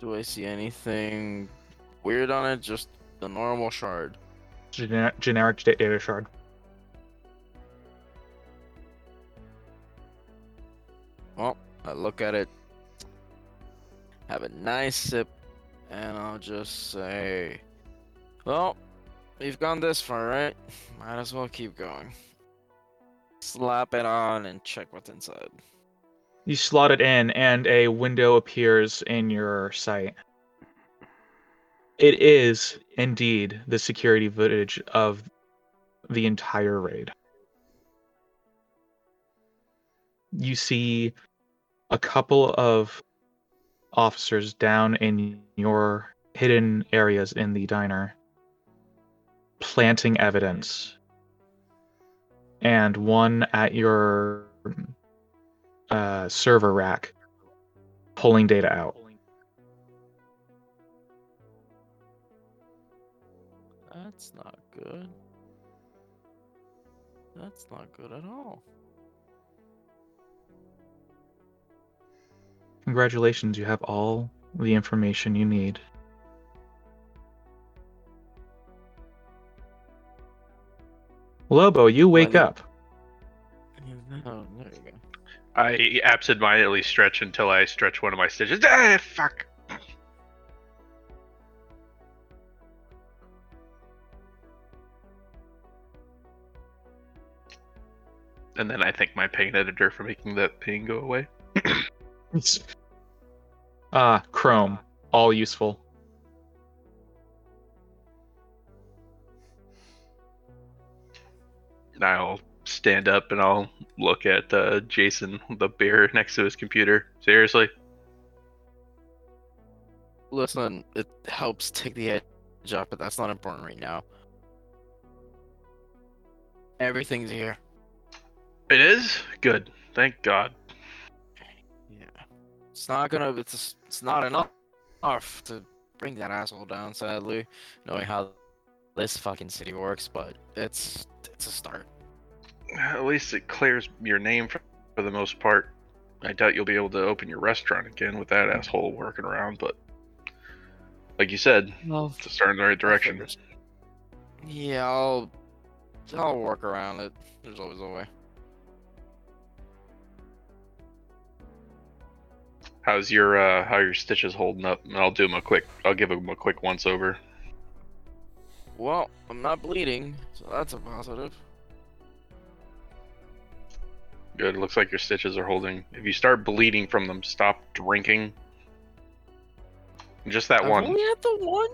Do I see anything weird on it? Just the normal shard. Gener- generic da- data shard. Well, Oh, I look at it, have a nice sip, and I'll just say, Well, we've gone this far, right? *laughs* Might as well keep going. Slap it on and check what's inside. You slot it in, and a window appears in your sight. It is indeed the security footage of the entire raid. You see a couple of officers down in your hidden areas in the diner planting evidence, and one at your uh, server rack pulling data out. That's not good. That's not good at all. Congratulations, you have all the information you need. Lobo, you wake Funny. up. Oh, there you go. I absentmindedly stretch until I stretch one of my stitches. Ah, fuck. And then I thank my pain editor for making that pain go away. *laughs* Ah, Chrome, all useful. And I'll stand up and I'll look at uh, Jason, with the bear next to his computer. Seriously? Listen, it helps take the edge off, but that's not important right now. Everything's here. It is? Good. Thank God. Yeah. It's not gonna. It's it's not enough enough to bring that asshole down. Sadly, knowing how this fucking city works, but it's it's a start. At least it clears your name for, for the most part. I doubt you'll be able to open your restaurant again with that asshole working around, but like you said, Well, it's a start in the right direction. Yeah, I'll I'll work around it. There's always a way. How's your uh, how are your stitches holding up? And I'll do them a quick. I'll give them a quick once over. Well, I'm not bleeding, so that's a positive. Good. Looks like your stitches are holding. If you start bleeding from them, stop drinking. Just that I've one. only had the one.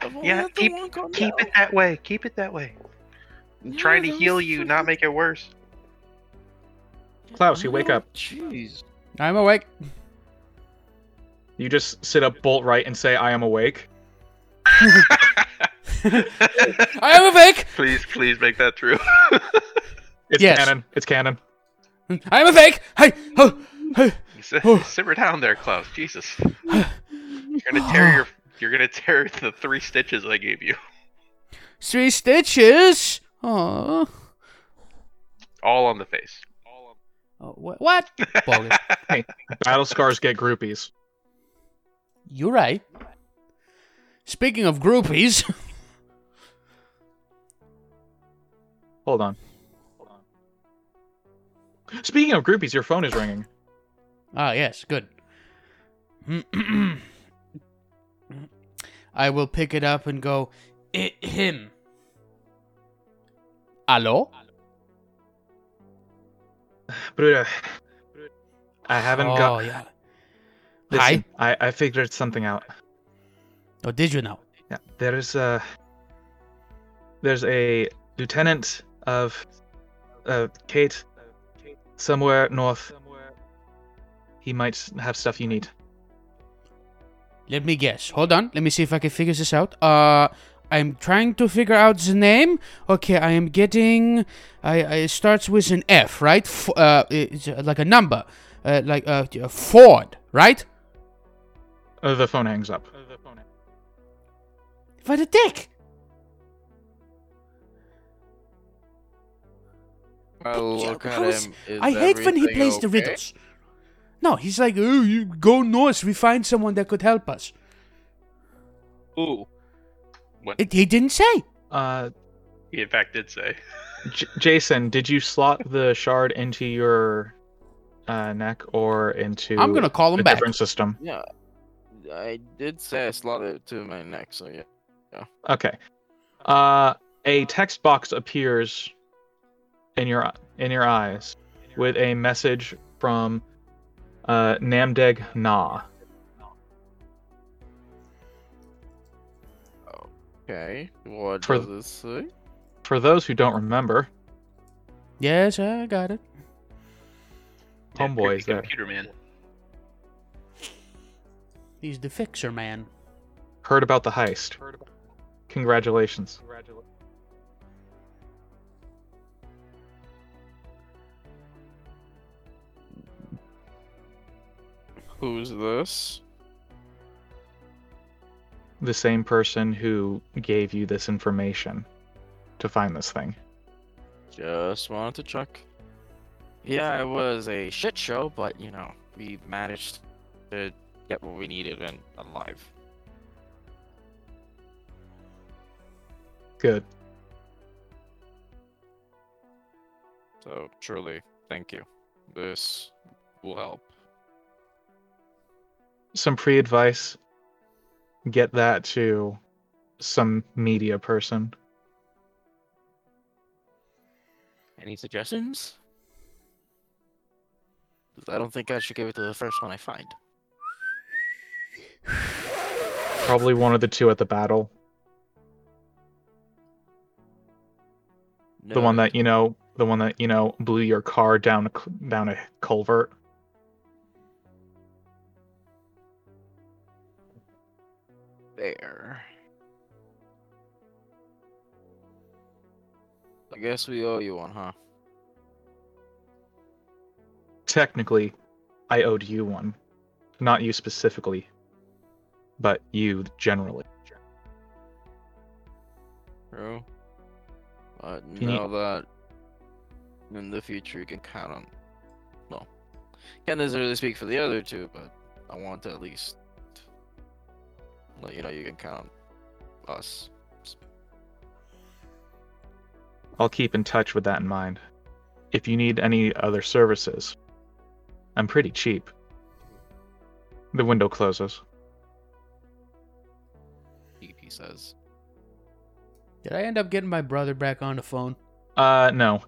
I've only Yeah, had the keep- one come Keep down. it that way. Keep it that way. I'm Yeah, trying to that heal was you, fucking- not make it worse. Klaus, you wake Oh, up. Jeez. I'm awake. You just sit up bolt right and say, I am awake. I am awake. please, please make that *laughs* true. It's Yes. canon. It's canon. I am awake. Hey, oh, hey. Sit- Oh. Simmer down there, Klaus. *sighs* Jesus, you're gonna tear your, you're gonna tear *laughs* the three stitches I gave you. Three stitches. Oh. All on the face. Oh, wha- what? *laughs* Bogus. Battle scars get groupies. You're right. Speaking of groupies, *laughs* Hold on. Speaking of groupies, your phone is ringing. ah yes, good. *clears throat* I will pick it up and go. Him. Hello. Bruder, I haven't oh, got. yeah. Listen, I, I figured something out. Oh, did you know? Yeah, there's a there's a lieutenant of uh, Kate somewhere north. He might s- have stuff you need. Let me guess. Hold on. Let me see if I can figure this out. Uh, I'm trying to figure out the name. Okay, I am getting. I, I it starts with an F, right? F- uh, it's uh, like a number, uh, like uh, Ford, right? Uh, the phone hangs up. What a dick! I look at How is- him. Is I hate when he everything plays the okay? riddles. No, he's like, oh, you go north. We find someone that could help us. Ooh. What It, he didn't say. Uh, he in fact did say. J- Jason, did you slot the shard into your uh, neck or into? I'm gonna call a him back. different system. Yeah, I did say I slotted it to my neck, so yeah. Okay. Uh, a text box appears in your in your eyes with a message from uh, Namdeg Na. Okay, what For does it say? For those who don't remember, Yes, I got it. Yeah, Homeboy creepy is there. Computer man. He's the fixer man. heard about the heist. Congratulations. Who's this? The same person who gave you this information to find this thing. Just wanted to check. Yeah, it was a shit show, but you know, we managed to get what we needed and alive. Good. So truly, thank you. This will help. Some pre advice. Get that to some media person. Any suggestions? 'Cause I don't think I should give it to the first one I find. Probably one of the two at the battle. The No, one that you know, the one that you know blew your car down a cl- down a culvert. there. I guess we owe you one, huh? Technically, I owed you one, not you specifically, but you generally. True. But you- know that in the future you can count on. Well, can't necessarily speak for the other two, but I want to at least let you know you can count on us. I'll keep in touch with that in mind. If you need any other services, I'm pretty cheap. The window closes. EP says. Did I end up getting my brother back on the phone? Uh, no.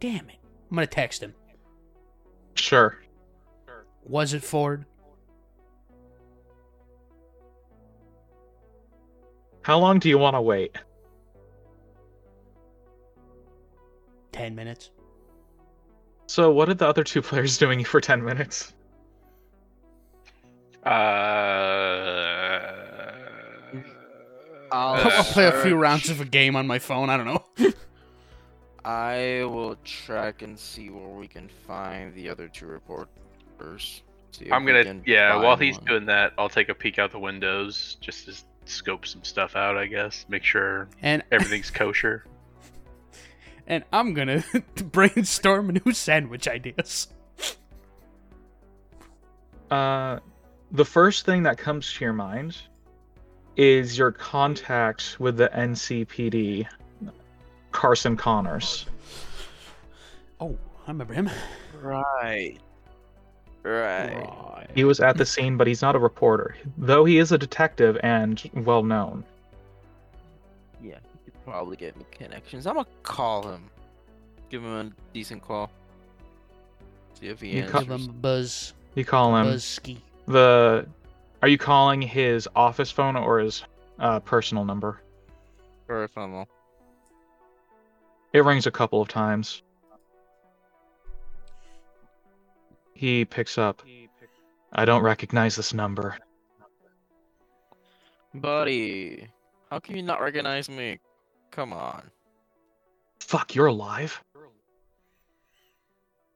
Damn it. I'm gonna text him. Sure. Was it Ford? How long do you want to wait? Ten minutes. So, what are the other two *laughs* players doing for 10 minutes? Uh, I'll- uh, I'll I'll play a few search. rounds of a game on my phone. I don't know. *laughs* I will track and see where we can find the other two reporters. See if I'm we gonna can yeah. While find he's one. doing that, I'll take a peek out the windows just to s- scope some stuff out. I guess make sure And everything's kosher. and I'm gonna *laughs* brainstorm new sandwich ideas. Uh, the first thing that comes to your mind is your contact with the NCPD, Carson Connors. Oh, I remember him. Right. Right. He was at the scene, but he's not a reporter, though he is a detective and well known. Yeah, he could probably get me connections. I'm gonna call him. Give him a decent call. See if he You answers. ca- Give him a buzz. You call him buzz ski. the. Are you calling his office phone or his uh, personal number? Or if I'm all- It rings a couple of times. He picks up. I don't recognize this number. Buddy, How can you not recognize me? Come on. Fuck, you're alive?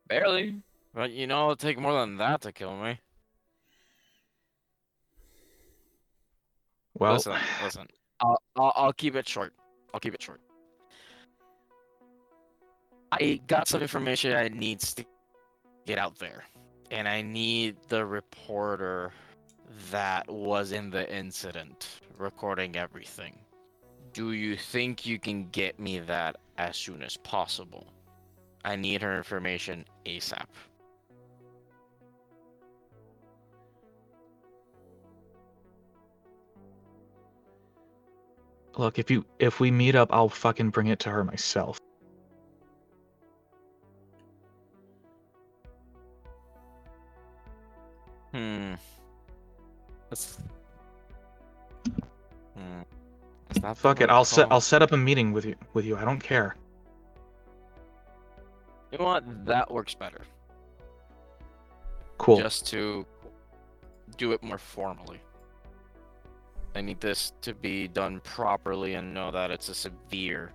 Barely. But you know, it'll take more than that to kill me. Well, Listen, listen. I'll, I'll, I'll keep it short. I'll keep it short. I got some information I needs to get out there, and I need the reporter that was in the incident recording everything. Do you think you can get me that as soon as possible? I need her information ASAP. look, if you if we meet up, I'll fucking bring it to her myself. Hmm. That's... Hmm. That's not the Fuck it, right I'll set call. I'll set up a meeting with you with you. I don't care. You know what? That works better. Cool. Just to do it more formally. I need this to be done properly and know that it's a severe.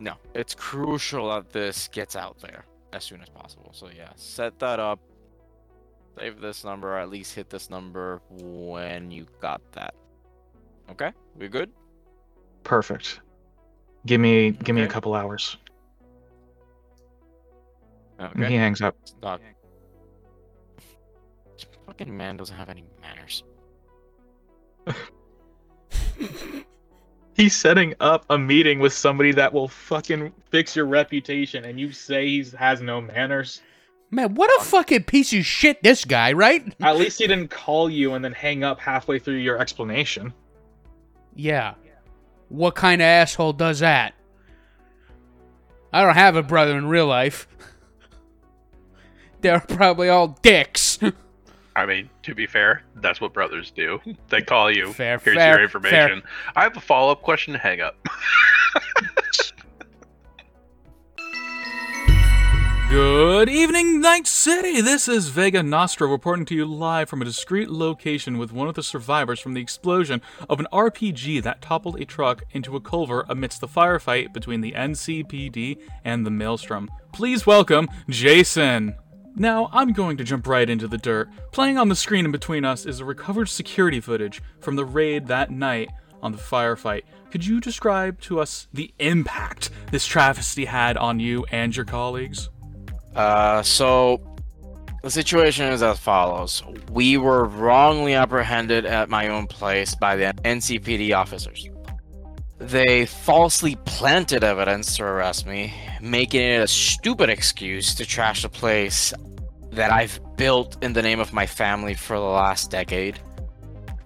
No, it's crucial that this gets out there as soon as possible. So yeah, set that up. Save this number, or at least hit this number when you got that. Okay, we good? Perfect. Give me give me a Okay. couple hours. And Okay. He hangs up. Dog. This fucking man doesn't have any manners. He's setting up a meeting with somebody that will fucking fix your reputation, and you say he has no manners. Man, what a fucking piece of shit this guy, right? At least he didn't call you and then hang up halfway through your explanation. Yeah. What kind of asshole does that? I don't have a brother in real life. *laughs* They're probably all dicks. *laughs* I mean, to be fair, that's what brothers do. *laughs* They call you. Fair, Here's fair, your information. I have a follow up question to hang up. Good evening, Night City! This is Vega Nostra reporting to you live from a discreet location with one of the survivors from the explosion of an RPG that toppled a truck into a culvert amidst the firefight between the NCPD and the Maelstrom. Please welcome Jason! Now, I'm going to jump right into the dirt. Playing on the screen in between us is the recovered security footage from the raid that night on the firefight. Could you describe to us the impact this travesty had on you and your colleagues? Uh, so the situation is as follows: We were wrongly apprehended at my own place by the NCPD officers. They falsely planted evidence to arrest me, making it a stupid excuse to trash the place that I've built in the name of my family for the last decade.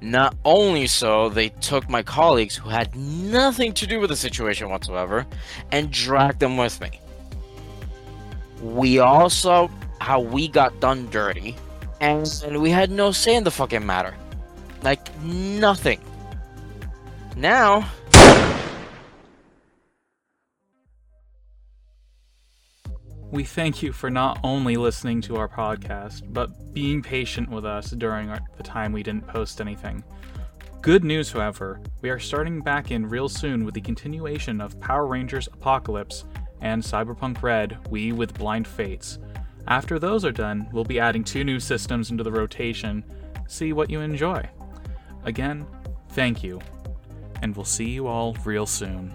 Not only so, they took my colleagues who had nothing to do with the situation whatsoever and dragged them with me. We also how we got done dirty, and, and we had no say in the fucking matter, like nothing. Now, We thank you for not only listening to our podcast, but being patient with us during our, the time we didn't post anything. Good news, however, we are starting back in real soon with the continuation of Power Rangers Apocalypse and Cyberpunk Red We with Blind Fates. After those are done, we'll be adding two new systems into the rotation. See what you enjoy. Again, thank you, and we'll see you all real soon.